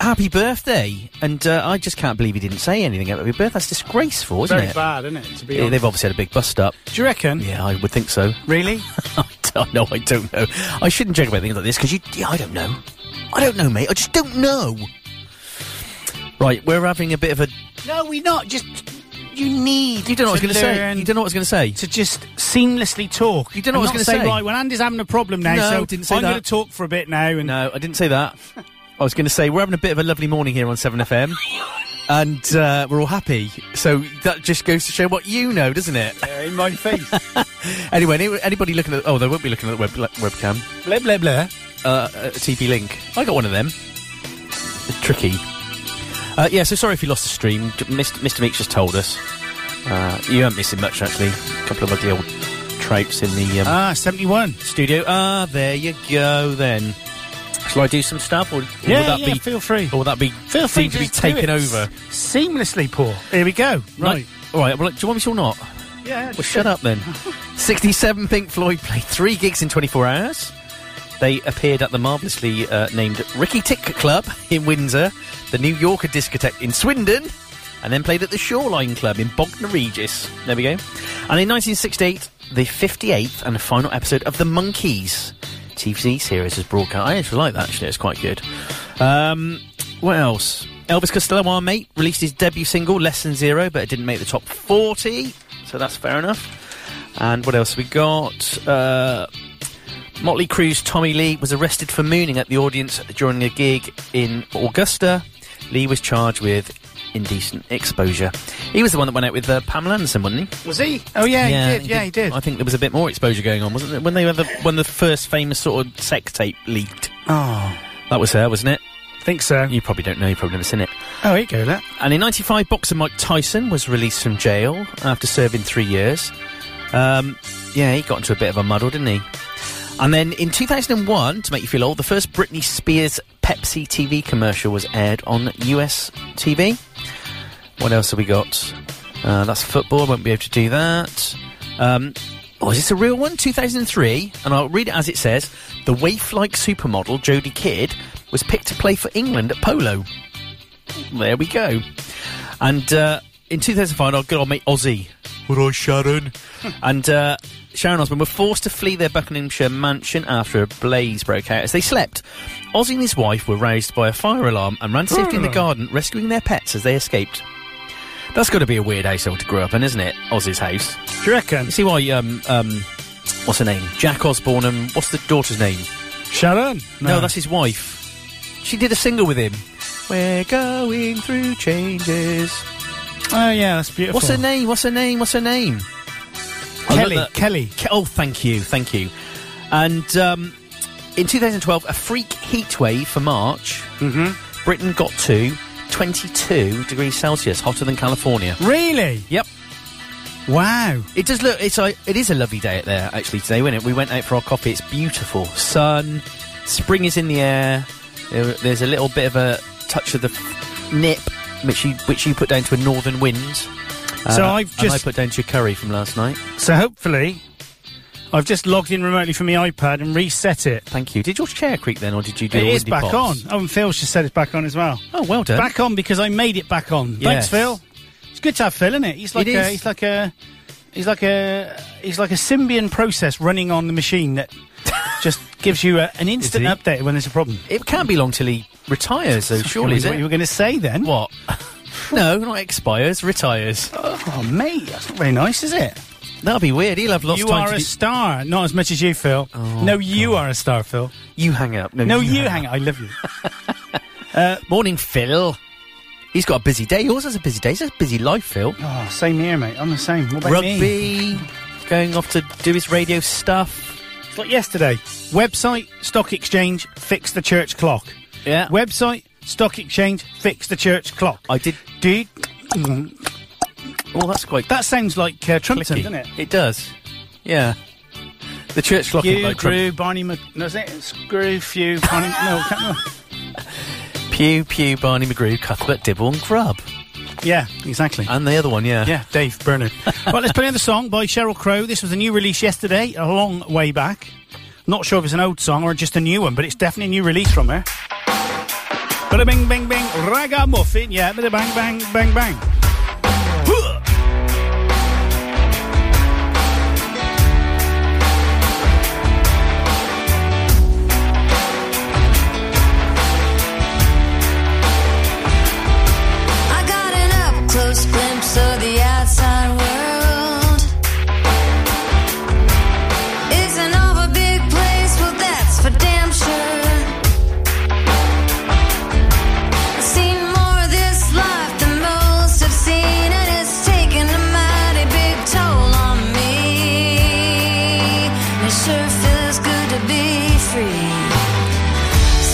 happy birthday! And uh, I just can't believe he didn't say anything about your birthday. That's disgraceful, isn't Very it? bad, isn't it? To be Yeah, honest. They've obviously had a big bust up. Do you reckon? Yeah, I would think so. Really? [laughs] I know, I don't know. I shouldn't joke about things like this because you. Yeah, I don't know. I don't know, mate. I just don't know. Right, we're having a bit of a. no, we not. Just you need. You don't know what I was going to say. learn You don't know what I was going to say. To just seamlessly talk. You don't know And what I was not gonna say. Right, well, Andy's having a problem now, No, so didn't say I'm that. going to talk for a bit now. And No, I didn't say that. [laughs] I was going to say we're having a bit of a lovely morning here on Seven FM, and uh, we're all happy. So that just goes to show what you know, doesn't it? Yeah, in my face. Anyway, any- anybody looking at oh, they won't be looking at the web, webcam. [laughs] blah blah blah. uh, a TP Link. I got one of them. It's tricky. Uh, yeah, so sorry if you lost the stream. J- Mr. Mr. Meeks just told us. Uh, you aren't missing much, actually. A couple of ugly old tropes in the um, Ah, seventy-one. studio. Ah, there you go then. Shall I do some stuff, or, or yeah, would that yeah. be, feel free. or would that be Feel free deemed to be just do taken it. over? seamlessly, Paul. Here we go. Right. Like- all right. Well, look, do you want me to or not? Yeah. Well, shut up then. 67 Pink Floyd played three gigs in 24 hours. They appeared at the marvellously uh, named Ricky Tick Club in Windsor, the New Yorker discotheque in Swindon, and then played at the Shoreline Club in Bognor Regis. There we go. And in 1968, the 58th and final episode of The Monkeys TV series was broadcast. I actually like that, actually. It's quite good. Um, what else? Elvis Costello, our mate, released his debut single, Lesson Zero, but it didn't make the top 40, so that's fair enough. And what else we got? Uh, Motley Crue's Tommy Lee was arrested for mooning at the audience during a gig in Augusta. Lee was charged with indecent exposure. He was the one that went out with uh, Pamela Anderson, wasn't he? Was he? Oh yeah, he did. Yeah, he did. I think there was a bit more exposure going on, wasn't there? When they were the when the first famous sort of sex tape leaked, Oh, that was her, wasn't it? think so. You probably don't know. You've probably never seen it. Oh, here you go. That. And in 95, boxer Mike Tyson was released from jail after serving three years. Um, yeah, he got into a bit of a muddle, didn't he? And then in 2001, to make you feel old, the first Britney Spears Pepsi TV commercial was aired on US TV. What else have we got? Uh, that's football. I won't be able to do that. Um, oh, is this a real one? 2003, and I'll read it as it says. The waif-like supermodel Jodie Kidd was picked to play for England at polo. There we go. And uh, in 2005, our good old mate Ozzy. What up, Sharon? [laughs] and uh, Sharon Osbourne were forced to flee their Buckinghamshire mansion after a blaze broke out as they slept. Ozzy and his wife were roused by a fire alarm and ran safely in the garden, rescuing their pets as they escaped. That's got to be a weird household to grow up in, isn't it? Ozzy's house. Do you reckon? You see why, um, um, what's her name? Jack Osbourne and what's the daughter's name? Sharon. No, that's his wife. She did a single with him. We're going through changes. Oh yeah, that's beautiful. What's her name? What's her name? What's her name? I love Kelly. that- Kelly. Ke- oh, thank you, thank you. And um, in 2012, a freak heat wave for March. Mm-hmm. Britain got to 22 degrees Celsius, hotter than California. Really? Yep. Wow. It does look. It's a. It is a lovely day out there actually today, isn't it? We went out for our coffee. It's beautiful. Sun, spring is in the air. There- There's a little bit of a touch of the f- nip, which you which you put down to a northern wind. So I've and I just- put down to your curry from last night. So hopefully, I've just logged in remotely from my iPad and reset it. Thank you. Did your chair creak then, or did you do? It a is windy back pops? on. Oh, and Phil's just said it's back on as well. Oh, well done. Back on because I made it back on. Yes. Thanks, Phil. It's good to have Phil, isn't it? He's like It a, is. he's like a he's like a he's like a Symbian process running on the machine [laughs] that just gives you a, an instant he? update when there's a problem. It can't be long till he [laughs] retires, though. Surely, Is is what you it? were going to say then? What? [laughs] no, not expires, retires. Oh, mate, that's not very nice, is it? That'd be Oh, weird. He'll have lost you time. are to a do- star, not as much as you, Phil. no, you are a star, Phil. you hang up. No, No, you hang up. hang it. I love you. Morning, Phil. He's got a busy day. Yours has a busy day. He's a busy life, Phil. Oh, same here, mate. I'm the same. What about Rugby, me? going off to do his radio stuff. It's like yesterday. Website, stock exchange, fix the church clock. Yeah. Website, stock exchange, fix the church clock. I did. Dude, Oh, that's quite that sounds like uh, Trumpton, clicky. doesn't it? It does. Yeah. The church clock. You, ain't like grew, Barney Mc... No, is it? Screw, few, Barney... [laughs] no, can't remember. Crump- Pew Pew Barney McGrew, Cuthbert Dibble and Grub, Yeah, exactly. and the other one. Yeah. yeah, Dave Bernard. well, let's play another song by Cheryl Crow. This was a new release yesterday, a long way back. Not sure if it's an old song or just a new one, but it's definitely a new release from her. Bada bing bing bing, ragamuffin, yeah, bada bang bang bang bang. Huh! I got an up close glimpse of the outside world. It's an awful big place, well, that's for damn sure. I've seen more of this life than most have seen, and it's taken a mighty big toll on me. It sure feels good to be free.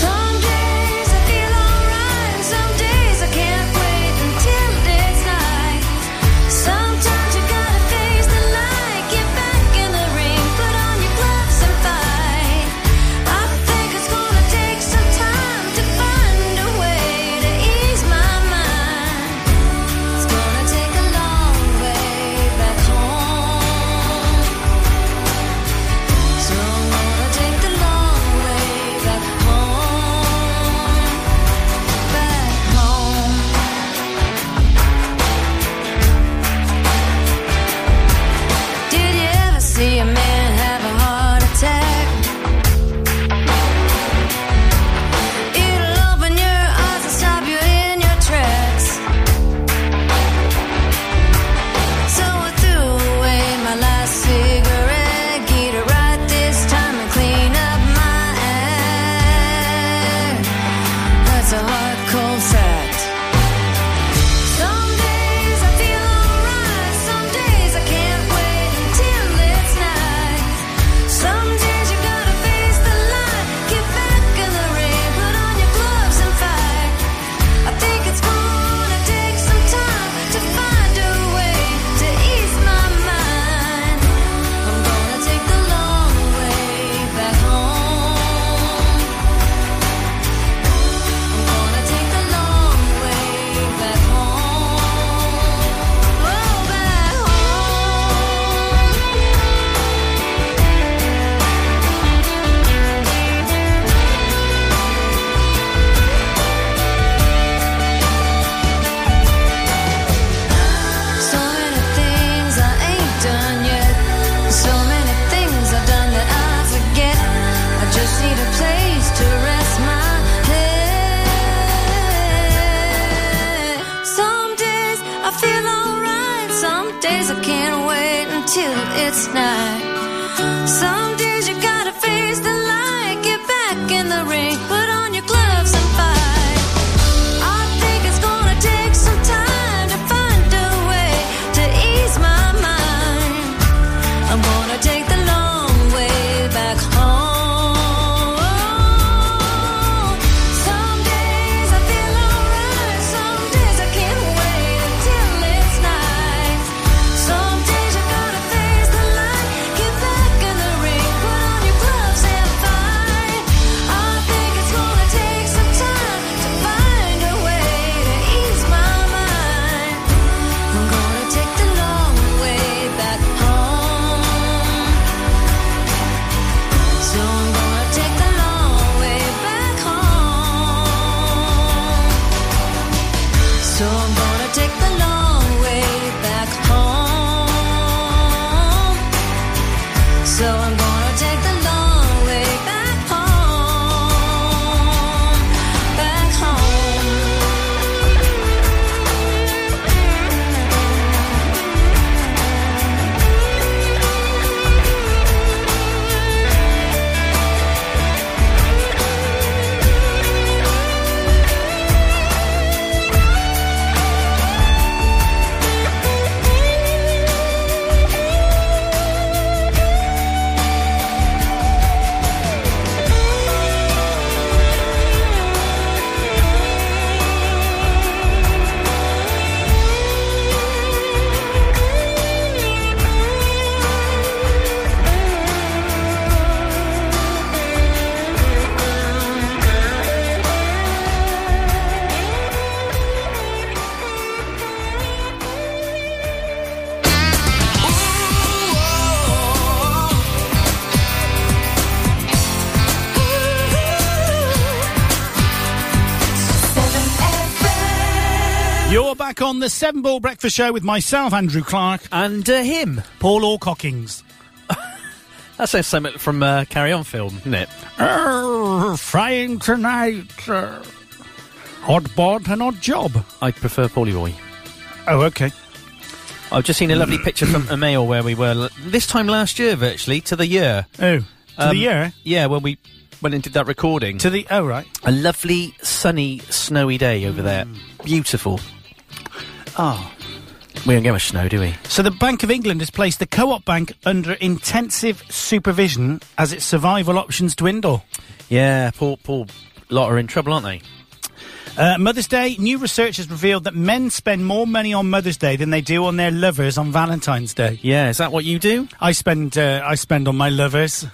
Some days I feel alright, some days I can't wait until it's night. Sometimes you gotta face the light, get back in the ring, put on your gloves and fight. I think it's gonna take some time to find a way to ease my mind. It's gonna take a long way back home. So I'm gonna take the long way back home, back home. Did you ever see a man have a heart attack? It'll open your eyes and stop you in your tracks. So I threw away my last cigarette. Get it right this time and clean up my act. That's a hard, cold fact. Some days I feel alright. Some days I can't wait until it's night. Some days you gotta face the light. Get back in the ring, put on your gloves and fight. I think it's gonna take some time to find a way to ease my mind. I'm gonna take the long way back home. I'm gonna take the long way back home. Oh, back home. So many things I ain't done yet. So many things I've done that I forget. I just need a place to rest my head. Some days I feel alright. Some days I can't wait until it's night. Some days you gotta face the light. Get back in the ring, put on your gloves and fight. I think it's gonna take some time to find a way to ease my mind. I'm gonna take the long way back home. Some days I feel alright, some back on the Seven Ball Breakfast Show with myself, Andrew Clark, And uh, him. Paul Orcockings. That sounds something from uh, Carry On film, isn't it? Err, frying tonight. err. Odd bod and odd job. I prefer Paulie Boy. Oh, okay. I've just seen a lovely picture [coughs] from a mail where we were l- this time last year, virtually to the year. Oh, to Um, the year? Yeah, when we went and did that recording. To the. Oh, right. a lovely, sunny, snowy day over there. Beautiful. Ah. We don't get much snow, do we? So the Bank of England has placed the Co op Bank under intensive supervision as its survival options dwindle. Yeah, poor, poor lot are in trouble, aren't they? Uh, Mother's Day, new research has revealed that men spend more money on Mother's Day than they do on their lovers on Valentine's Day. Yeah, is that what you do? I spend uh, I spend on my lovers.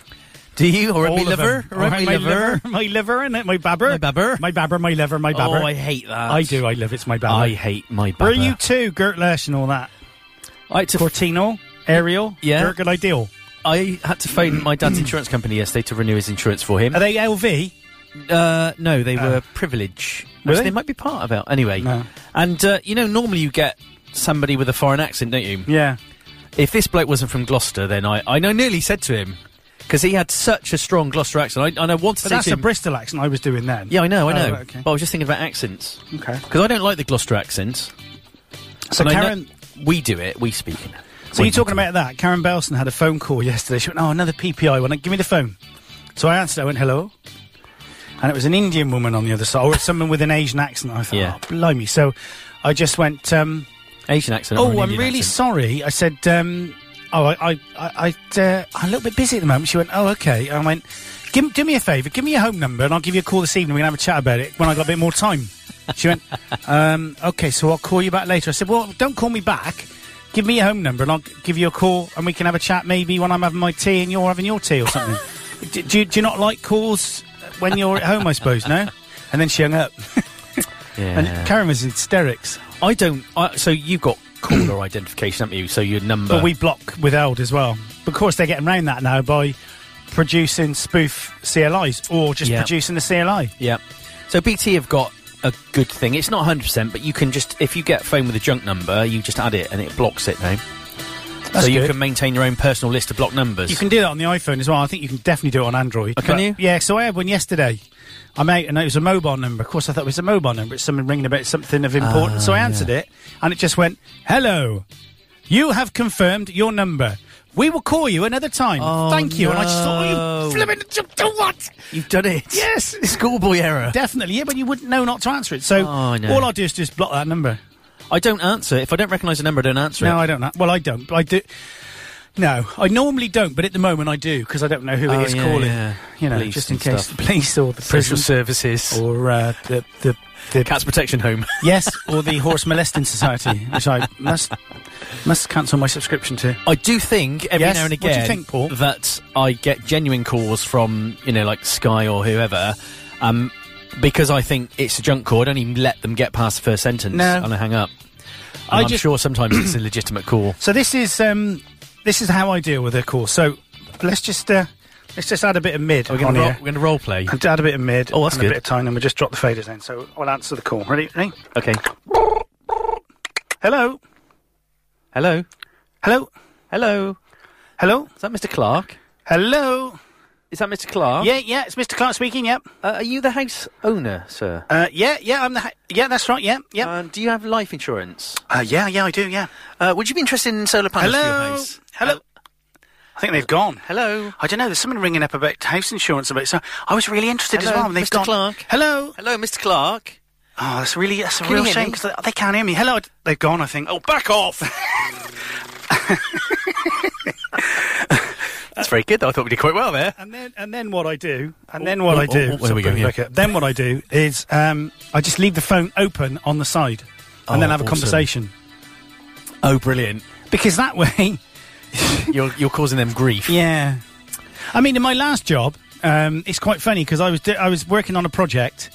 Do you? Or All me of liver? them. All right, my liver, my liver, and my babber, My babber. my babber, my liver, my babber. Oh, I hate that. I do. I love it's my babber. I hate my Were babber. you too, Gert Lesh and all that? I had, to Cortino, Ariel, Yeah. Gert and Ideal. I had to phone my dad's insurance company yesterday to renew his insurance for him. Are they LV? Uh, no, they were privilege. Were Actually, they? they might be part of it. Anyway. No. And, uh, you know, normally you get somebody with a foreign accent, don't you? Yeah. If this bloke wasn't from Gloucester, then I, I know- nearly said to him, because he had such a strong Gloucester accent. I, and I wanted to But say that's to a him, Bristol accent I was doing then. Yeah, I know, I Oh, know. right, okay. But I was just thinking about accents. Okay. Because I don't like the Gloucester accent. So And I know- Karen, we do it, we speak. So you're talking about that? Karen Belson had a phone call yesterday. She went, "Oh, another PPI one. Give me the phone." So I answered. I went, "Hello," and it was an Indian woman on the other side, or someone with an Asian accent. I thought, Yeah. "Oh, blimey!" So I just went, um, Asian accent. or "Oh, an I'm Indian really accent. sorry." I said, um, "Oh, I, I, I, I uh, I'm a little bit busy at the moment." She went, "Oh, okay." I went, give, "Do me a favour. Give me your home number, and I'll give you a call this evening. We can have a chat about it when I got a bit more time." She [laughs] went, um, "Okay, so I'll call you back later." I said, "Well, don't call me back. Give me your home number, and I'll g- give you a call, and we can have a chat maybe when I'm having my tea and you're having your tea or [laughs] something." do, do, you- do you not like calls when you're at home? I suppose no. And then she hung up, Yeah. and Karen was in hysterics. I don't. I, so you've got caller [clears throat] identification, haven't you? So your number. But we block withheld as well. But of course, they're getting around that now by producing spoof CLIs or just Yeah. producing the CLI. Yeah. So BT have got a good thing. It's not 100%, but you can just. If you get a phone with a junk number, you just add it and it blocks it now. so you good. can maintain your own personal list of blocked numbers. You can do that on the iPhone as well. I think you can definitely do it on Android. Oh, can But- you? Yeah, so I had one yesterday. I'm out and it was a mobile number. Of course, I thought it was a mobile number. It's someone ringing about something of importance. so I Ah, answered it and it just went, Hello, you have confirmed your number. We will call you another time. Thank you. And I just thought, oh, no. you flipping, do what? You've done it. Yes. Schoolboy error. Definitely, yeah, but you wouldn't know not to answer it. So Oh, I know. all I'll do is just block that number. I don't answer. If I don't recognise a number, I don't answer No, it. I don't. know. Well, I don't. but I do. No, I normally don't, but at the moment I do because I don't know who Oh, it is yeah, calling. yeah. You know, Police just in and case stuff. the police or the Social prison services. or uh, the the, the Cats Protection Home. yes or the horse molesting society, which I must must cancel my subscription to. I do think every Yes? now and What do you again think, Paul? that I get genuine calls from you know like Sky or whoever, um, because I think it's a junk call. I don't even let them get past the first sentence No. and I hang up. And I I'm just- sure sometimes it's a [coughs] legitimate call. So this is um this is how I deal with a call. So let's just uh, let's just add a bit of mid We're on going here. to we're going to role play. And add a bit of mid. Oh, that's and good. A bit of time, and we just drop the faders in. So I'll answer the call. Ready? Ready? [coughs] Okay. Hello. Hello. Hello. Hello. Hello. Is that Mr. Clark? Hello. Is that Mr. Clark? Yeah, yeah, it's Mr. Clark speaking. Yep. Uh, are you the house owner, sir? Uh, yeah, yeah, I'm the. Ha- yeah, that's right. Yeah, yeah. Um, do you have life insurance? Uh, yeah, yeah, I do. Yeah. Uh, would you be interested in solar panels for your Hello. house? Hello. I think they've gone. Hello. I don't know. There's someone ringing up about house insurance about. So I was really interested as Hello, well. and they've Mr. gone. Clark. Hello. Hello, Mr. Clark. Oh, that's really that's a Can you real hear shame me? because they, they can't hear me. Hello. I- They've gone. I think. Oh, back [laughs] off. That's very good. though. I thought we did quite well there. And then, and then what I do, and then what I oh, do. oh, there we go, put it yeah. back up. Then what I do is um, I just leave the phone open on the side, and Oh, then have a awesome. conversation Oh, brilliant. because that way [laughs] You're, you're causing them grief. [laughs] Yeah, I mean, in my last job, um, it's quite funny because I was do- I was working on a project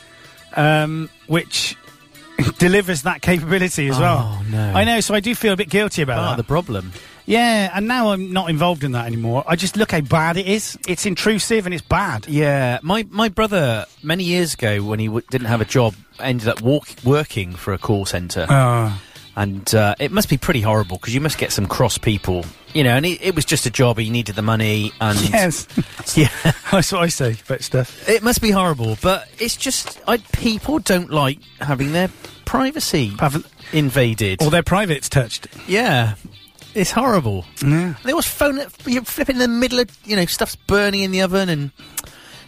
um, which [laughs] delivers that capability as well. Oh, no. I know, so I do feel a bit guilty about Ah, that. the problem. yeah, and now I'm not involved in that anymore. I just look how bad it is. It's intrusive and it's bad. Yeah, my, my brother, many years ago, when he w- didn't have a job, ended up walk- working for a call centre. Oh. And uh, it must be pretty horrible because you must get some cross people, you know. And it, it was just a job; he needed the money, and [laughs] [laughs] Yes. [laughs] yeah, That's what I say about stuff. it must be horrible. But it's just, I people don't like having their privacy Haven't- invaded. Or their privates touched. Yeah, it's horrible. Yeah. They always phone it, you're flipping in the middle of, you know, stuff's burning in the oven and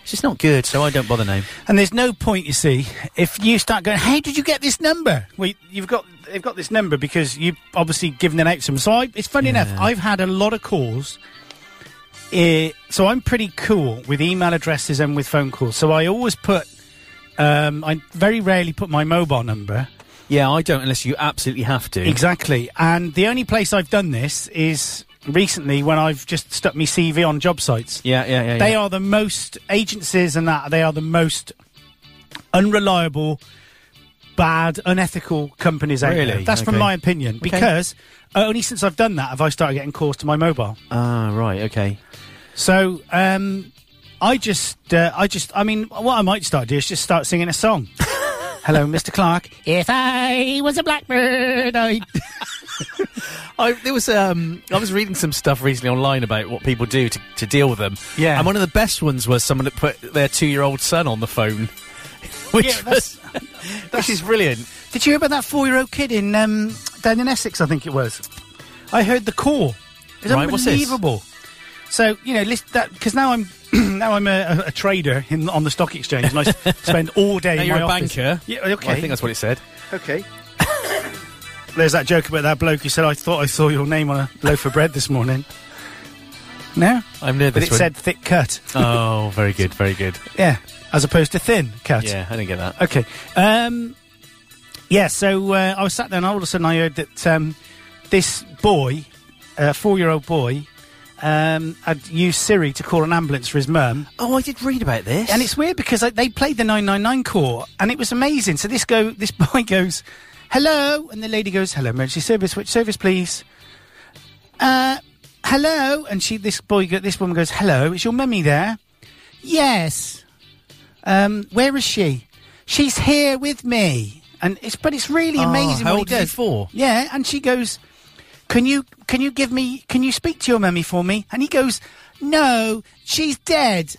it's just not good, so I don't bother now. And there's no point, you see, if you start going, "How did you get this number?" Well, you've got they've got this number because you've obviously given it out to them. So I, it's funny enough, I've had a lot of calls. eh, so I'm pretty cool with email addresses and with phone calls. So I always put, um, I very rarely put my mobile number. Yeah, I don't unless you absolutely have to. Exactly. And the only place I've done this is recently when I've just stuck my CV on job sites. Yeah, yeah, yeah. They yeah. are the most agencies and that they are the most unreliable, bad, unethical companies out there. Really? That's from Okay. my opinion because uh, only since I've done that have I started getting calls to my mobile. Ah, right, okay. So um, I just, uh, I just, I mean, what I might start doing is just start singing a [laughs] song. Hello, Mr. Clark. If I was a blackbird, I. I there was um I was reading some stuff recently online about what people do to, to deal with them. Yeah. And one of the best ones was someone that put their two year old son on the phone. [laughs] Which Yeah, that's- was, which is brilliant. Did you hear about that four-year-old kid in um, down in Essex? I think it was. I heard the call. It's Right, what's this? unbelievable. So you know, list that because now I'm [clears throat] now I'm a, a, a trader in, on the stock exchange, and I s- [laughs] spend all day. Now in you're my a office. banker. Yeah. Okay. Well, I think that's what it said. okay. [laughs] There's that joke about that bloke who said, "I thought I saw your name on a loaf of bread this morning." No, I'm near but this it one. said thick cut. [laughs] Oh, very good, very good. Yeah, as opposed to thin cut. [laughs] Yeah, I didn't get that. Okay. Um, yeah, so uh, I was sat there and all of a sudden I heard that um, this boy, a four year old boy, um, had used Siri to call an ambulance for his mum. Oh, I did read about this. And it's weird because like, they played the 999 call and it was amazing. So this go, this [laughs] boy goes, hello. And the lady goes, hello, emergency service, which service, please? Uh, hello. And she, this boy, go, this woman goes, hello, is your mummy there? Yes. Um, where is she? She's here with me. And it's, but it's really Oh, amazing how what old he is he, does. four? Yeah. And she goes, can you, can you give me, can you speak to your mummy for me? And he goes, no, she's dead.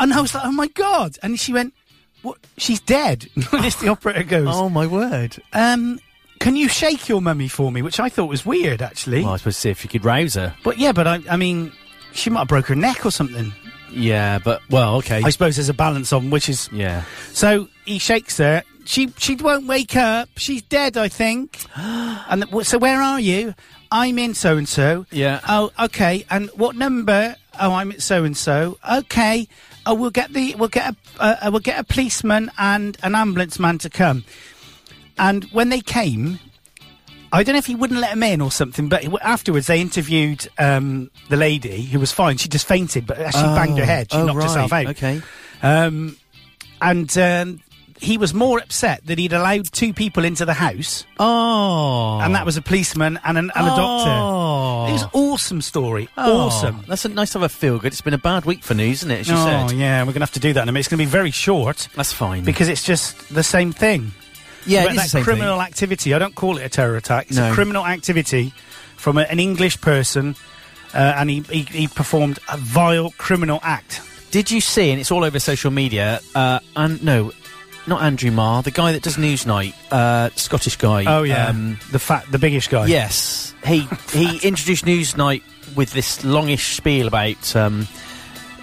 And I was like, oh my God. And she went, what? She's dead. [laughs] And this the operator goes, Oh my word! um, can you shake your mummy for me? Which I thought was weird, actually. Well, I suppose see if you could rouse her. But yeah, but I, I mean, she might have broke her neck or something. Yeah, but well, okay. I suppose there's a balance on which is yeah. So he shakes her. She she won't wake up. She's dead, I [gasps] think. and the, so where are you? I'm in so and so. Yeah. Oh, okay. And what number? Oh, I'm at so and so. Okay. Oh, we'll get the we'll get a uh, uh, we'll get a policeman and an ambulance man to come. And when they came, I don't know if he wouldn't let him in or something. But afterwards, they interviewed um, the lady who was fine. She just fainted, but actually banged her head. She oh, knocked herself right, out Okay. and um, he was more upset that he'd allowed two people into the house, Oh, and that was a policeman and, an, and a doctor. It was awesome story, awesome. That's a nice to have a feel good. It's been a bad week for news, isn't it? As you oh said. yeah, we're gonna have to do that in a minute. It's gonna be very short That's fine. because it's just the same thing. yeah, But it is that the same criminal activity. I don't call it a terror attack. It's a No. criminal activity from a, an English person, uh, and he, he he performed a vile criminal act. Thing. Did you see? And it's all over social media. Uh, and no, not Andrew Marr, the guy that does Newsnight, uh, Scottish guy. Oh, Um, the fat, the biggish guy. Yes, he [laughs] he introduced Newsnight with this longish spiel about. Um,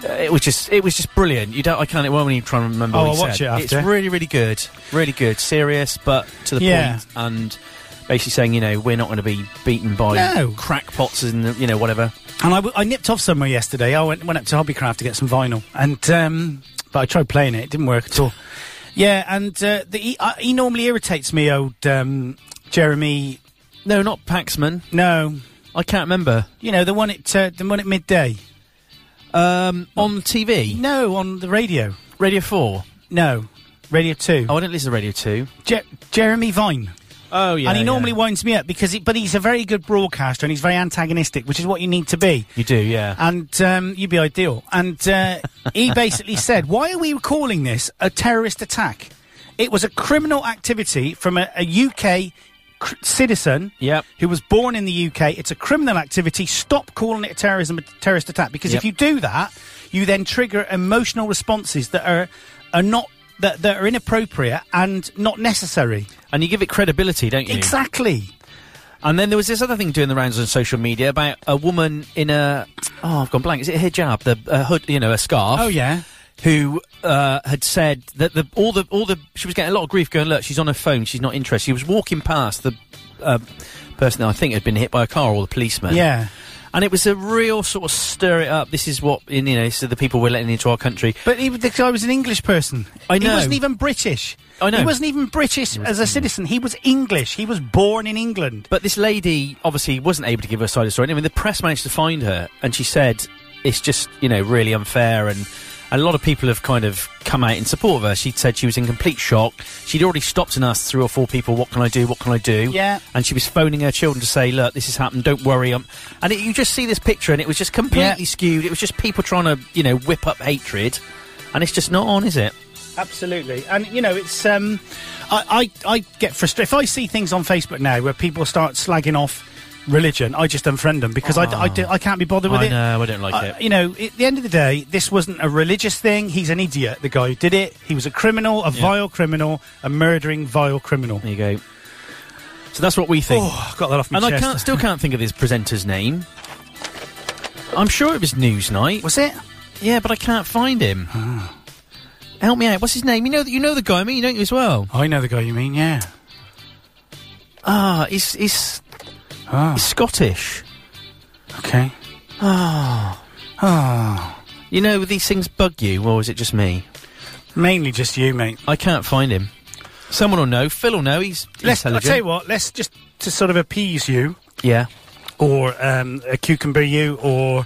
uh, it was just it was just brilliant. You don't I can't I won't even try and remember. Oh, what I'll he watch said. it It's after. really really good, really good, serious but to the Yeah. point and basically saying you know we're not going to be beaten by No. crackpots and you know whatever. And I, w- I nipped off somewhere yesterday. I went, went up to Hobbycraft to get some vinyl, and um, but I tried playing it. It didn't work at all. Yeah, and uh, the, he, uh, he normally irritates me, old um, Jeremy. No, not Paxman. No, I can't remember. you know the one at uh, the one at midday. Um, on TV, No, on the radio. Radio Four. No, Radio Two. Oh, I don't listen to Radio Two. Je- Jeremy Vine, Oh yeah, and he normally winds me up because, he, but he's a very good broadcaster and he's very antagonistic, which is what you need to be. you do yeah. and um, you'd be ideal. And uh, he basically said, "Why are we calling this a terrorist attack? It was a criminal activity from a, a UK cr- citizen Yep. who was born in the UK. It's a criminal activity. Stop calling it a terrorism a terrorist attack because Yep. if you do that, you then trigger emotional responses that are are not that, that are inappropriate and not necessary. And you give it credibility, don't you? Exactly. And then there was this other thing doing the rounds on social media about a woman in a oh I've gone blank. Is it a hijab? The a hood, you know, a scarf. Oh yeah. Who uh, had said that the all the all the she was getting a lot of grief going. Look, she's on her phone. She's not interested. She was walking past the uh, person that I think had been hit by a car or the policeman. Yeah. And it was a real sort of stir it up. This is what you know. This is the people we're letting into our country. But he, the guy was an English person. I He know. wasn't even British. I know. He wasn't even British as a citizen. He was English. He was born in England. But this lady obviously wasn't able to give her side of the story. I mean, the press managed to find her, and she said it's just you know really unfair, and a lot of people have kind of come out in support of her. She said she was in complete shock. She'd already stopped and asked three or four people, "What can I do? What can I do?" Yeah. and she was phoning her children to say, "Look, this has happened. Don't worry." Um, and it, you just see this picture, and it was just completely Yeah. skewed. It was just people trying to you know whip up hatred, and it's just not on, is it? Absolutely, and you know it's. Um, I, I I get frustrated if I see things on Facebook now where people start slagging off religion. I just unfriend them because I d- I, do, I can't be bothered with I it. know, I don't like I- it. You know, at the end of the day, this wasn't a religious thing. He's an idiot. The guy who did it, he was a criminal, a vile criminal, a murdering vile criminal. There you go. So that's what we think. Oh, I got that off my And I chest. can't, still can't think of this presenter's name. I'm sure it was Newsnight. Was it? Yeah, but I can't find him. Ah. Help me out. What's his name? You know, you know the guy. I mean, you don't you as well? I know the guy you mean. Yeah. Ah, he's he's, Ah. he's Scottish. Okay. You know, these things bug you, or is it just me? Mainly just you, mate. I can't find him. Someone will know. Phil will know. He's Let's. I'll intelligent. tell you what. Let's just to sort of appease you. Yeah. or um, a cucumber you, or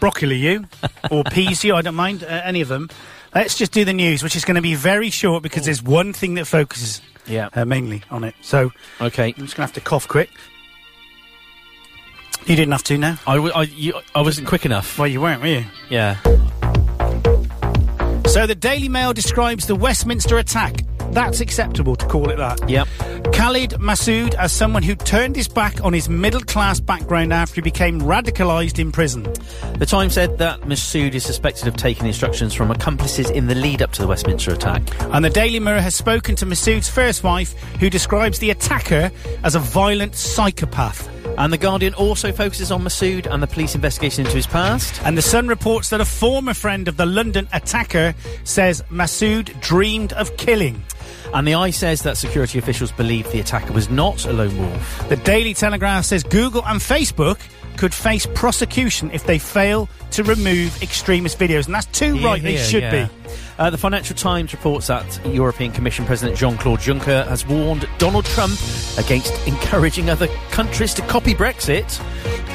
broccoli you, or peas you. I don't mind uh, any of them. Let's just do the news, which is going to be very short because there's one thing that focuses Yeah. uh, mainly on it. So Uh, Okay. I'm just going to have to cough quick. You didn't have to now. I, w- I, you, I wasn't quick enough. Well, you weren't, were you? Yeah. So the Daily Mail describes the Westminster attack. That's acceptable to call it that. Yep. Khalid Massoud as someone who turned his back on his middle class background after he became radicalised in prison. The Times said that Massoud is suspected of taking instructions from accomplices in the lead up to the Westminster attack. And the Daily Mirror has spoken to Masood's first wife, who describes the attacker as a violent psychopath. And The Guardian also focuses on Masood and the police investigation into his past. And the Sun reports that a former friend of the London attacker says Masood dreamed of killing. And The Eye says that security officials believe the attacker was not a lone wolf. The Daily Telegraph says Google and Facebook could face prosecution if they fail to remove extremist videos. And that's too right, they Here, should yeah. be. Uh, the Financial Times reports that European Commission President Jean Claude Juncker has warned Donald Trump against encouraging other countries to copy Brexit.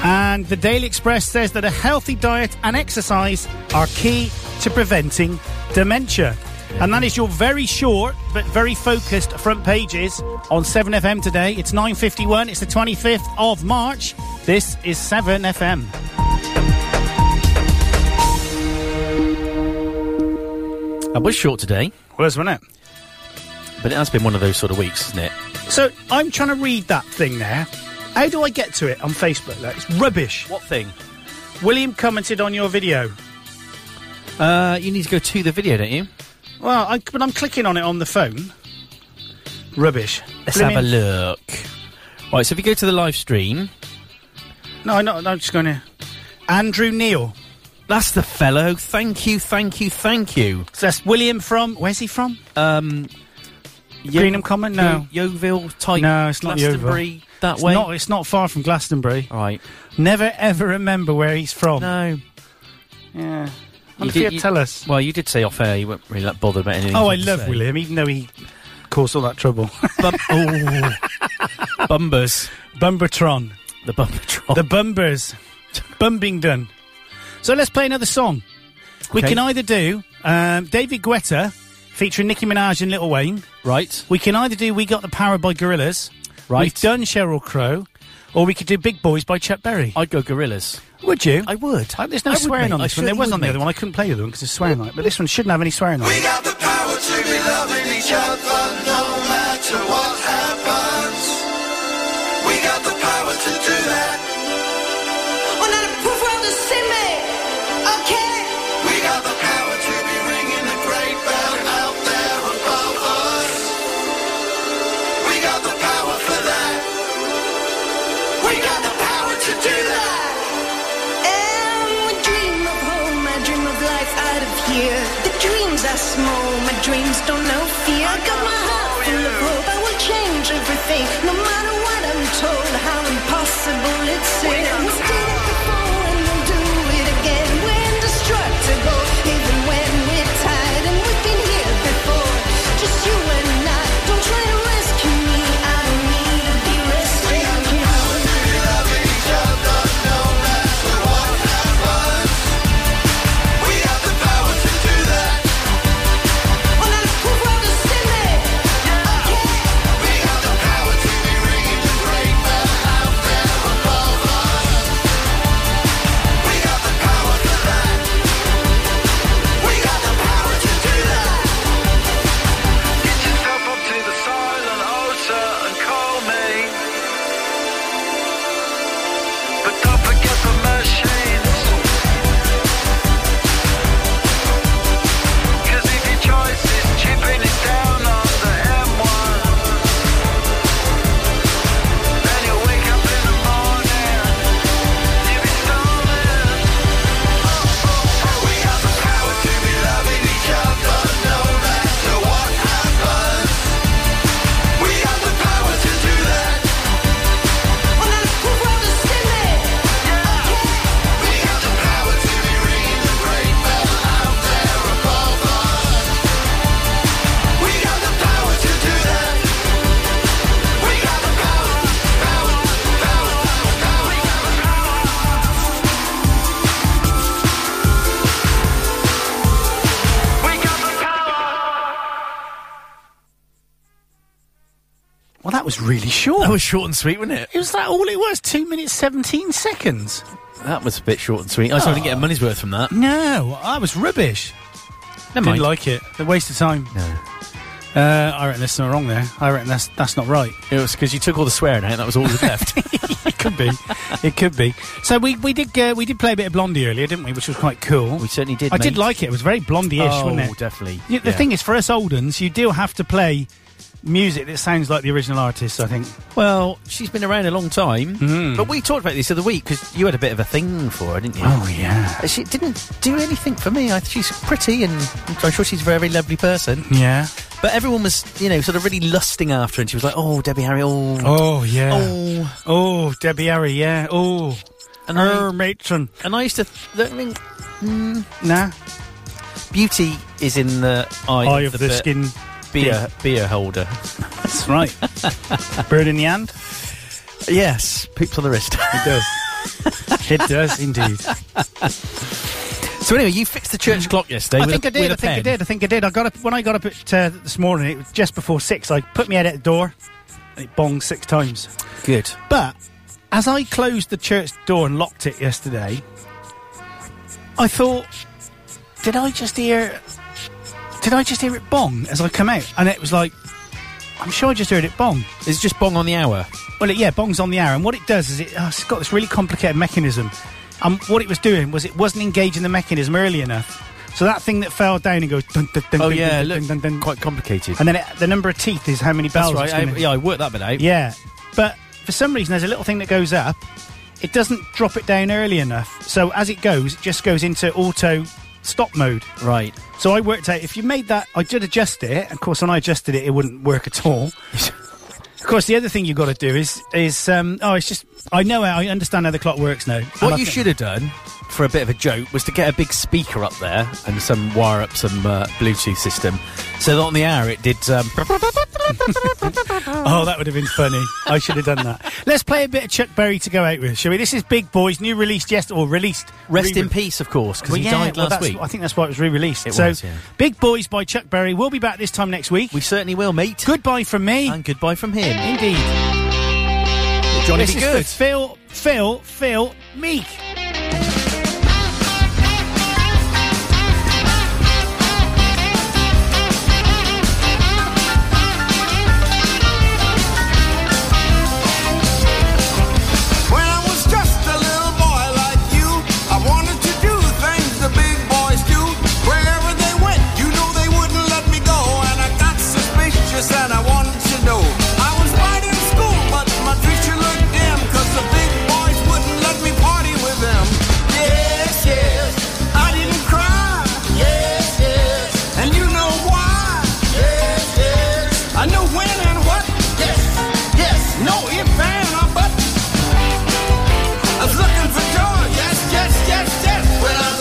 And the Daily Express says that a healthy diet and exercise are key to preventing dementia. And that is your very short but very focused front pages on 7FM today. It's 9:51. It's the 25th of March. This is 7FM. I was Uh, short today, Where's one it? but it has been one of those sort of weeks, isn't it? So I'm trying to read that thing there. How do I get to it on Facebook? Like, it's rubbish. What thing? William commented on your video. Uh, you need to go to the video, don't you? Well, I, but I'm clicking on it on the phone. Rubbish. Let's have a Blimmin- look. Right, so if you go to the live stream, No, I'm not. I'm just going to. Andrew Neil. that's the fellow. Thank you, thank you, thank you. So that's William from. Where's he from? um, Yo- Greenham Common? No. Yo- Yeovil type. No, it's not Yeovil. Glastonbury that It's way. not, it's not far from Glastonbury. All right. Never ever remember where he's from. No. Yeah. You Wonder if did- he'd you- tell us. Well, you did say off air you weren't really that bothered about anything. Oh, you I had to love say. William, even though he caused all that trouble. [laughs] Bum- oh. Bumbers. Oh. Bumbertron. The [laughs] Bumbertron. The Bumbers. Bumbingdon. So let's play another song. We Okay. can either do um, David Guetta featuring Nicki Minaj and Little Wayne. right. We can either do We Got the Power by Gorillaz. Right. We've done Cheryl Crow. Or we could do Big Boys by Chuck Berry. I'd go gorillas. Would you? I would. Uh, There's no I would, swearing mate. on I this one. There surely was would, on the other mate. one. I couldn't play the other one because it's swearing on it. But this one shouldn't have any swearing on We it. got the power to be loving each other no matter what happens. to do that. Well, now the proof world has seen me. Okay. We got the power to be ringing the great bell out there above us. We got the power for that. We got the power to do that. Am a dream of home, I dream of life out of here. The dreams are small, my dreams don't know fear. I got my heart full of hope, I will change everything. No matter what I'm told, how impossible it seems. Did it before and we'll do it again. We're indestructible, even when we're tired. And we've been here before, just you and I. Don't try to rescue me, I don't need to be rescued. We got the power to do that. Well, now the proof world has seen me. Okay. We got the power to be ringing the great bell out there above us. We got the power for that. We got the power to do that. Get yourself up to the silent altar and call me. But don't forget the machines. 'Cause if your choice is chipping it down on the M1. Then you wake up in the morning, you've been stolen. We got the power to be loving each other, no matter what happens. We got the power to do that. Well, now the proof world has seen me. Okay. We got the power to be ringing the great bell out there above us. We got the power to do that. We got the power, power, power, power. We got the power. We got the power. Well, that was really short. That was short and sweet, wasn't it? it was like all it was, two minutes seventeen seconds. That was a bit short and sweet. I Ah. just didn't get a money's worth from that. No, that was rubbish. Never Didn't like it. A waste of time. No. Uh, I reckon there's something wrong there. I reckon that's that's not right. It was because you took all the swearing out. That was all that was left. [laughs] It could be. it could be. So we we did uh, we did play a bit of Blondie earlier, didn't we? Which was quite cool. we certainly did. I did mate. like it. It was very Blondie-ish, oh, wasn't it? definitely. Yeah, the Yeah. thing is, for us Oldens, you do have to play music that sounds like the original artist. I think. Well, she's been around a long time, Hmm. but we talked about this the other week because you had a bit of a thing for her, didn't you? Oh. yeah, She didn't do anything for me. I, she's pretty, and I'm sure she's a very lovely person. yeah. But everyone was, you know, sort of really lusting after her, and she was like, "Oh, Debbie Harry, oh, Oh yeah. oh." Oh, Debbie Harry, yeah. Oh, And, er, I, matron. and I used to, th- I mean, Nah. beauty is in the eye, Eye of the, be- skin. beer beer holder. That's right. [laughs] Bird in the hand. Yes, peeps on the wrist. [laughs] It does. it does [laughs] indeed. so anyway, you fixed the church clock yesterday. Mm. I with think a- I did. with I a think I pen. did. I think I did. I got up when I got up at, uh, this morning. It was just before six. I put my head at the door, and it bonged six times. Good. But as I closed the church door and locked it yesterday, I thought, did I just hear? Did I just hear it bong as I come out? And it was like, I'm sure I just heard it bong. It's just bong on the hour. Well, it, yeah, bong's on the hour, and what it does is it, oh, it's got this really complicated mechanism. Um, what it was doing was it wasn't engaging the mechanism early enough, so that thing that fell down and goes. Dun, dun, dun, Oh dun, yeah, dun, look, dun, dun, dun. quite complicated. and then it, the number of teeth is how many That's bells. right. it's I, gonna- yeah, I worked that bit out. yeah, but for some reason, there's a little thing that goes up. It doesn't drop it down early enough, so as it goes, it just goes into auto stop mode. Right. So I worked out if you made that, I did adjust it. Of course, when I adjusted it, it wouldn't work at [laughs] all. of course, the other thing you've got to do is is um, oh, it's just I know how, I understand how the clock works now. And I What you think- should have done for a bit of a joke was to get a big speaker up there and some wire up some uh, Bluetooth system, so that on the hour it did. Um, Oh, that would have been funny. I should have done [laughs] that. Let's play a bit of Chuck Berry to go out with, shall we? This is Big Boy's new released yesterday, or released. rest re- in peace, of course, because Well, he yeah, died well, last that's- week. I think that's why it was re-released. It so, was, yeah. Big Boys by Chuck Berry. We'll be back this time next week. We certainly will, mate. Goodbye from me. and goodbye from him. Indeed. Johnny, This be is good. for Phil, Phil, Phil Meek. uh,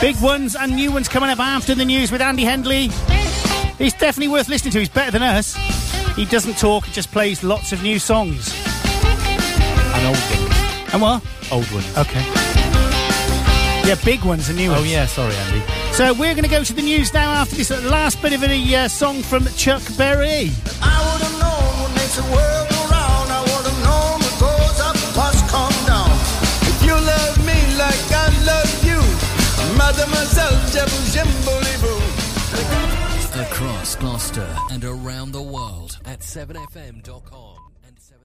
Big ones and new ones coming up after the news with Andy Hendley. He's definitely worth listening to. He's better than us. He doesn't talk, he just plays lots of new songs. An old one. And what? Old one. Okay. Yeah, big ones and new ones. Oh, yeah, sorry, Andy. So we're going to go to the news now after this last bit of a uh, song from Chuck Berry. I would have known what makes the world go round. I would have known what goes up must come down. If you love me like I love you, Mademoiselle Jebu Jimboli Boo. Across Gloucester and around the world at 7fm.com.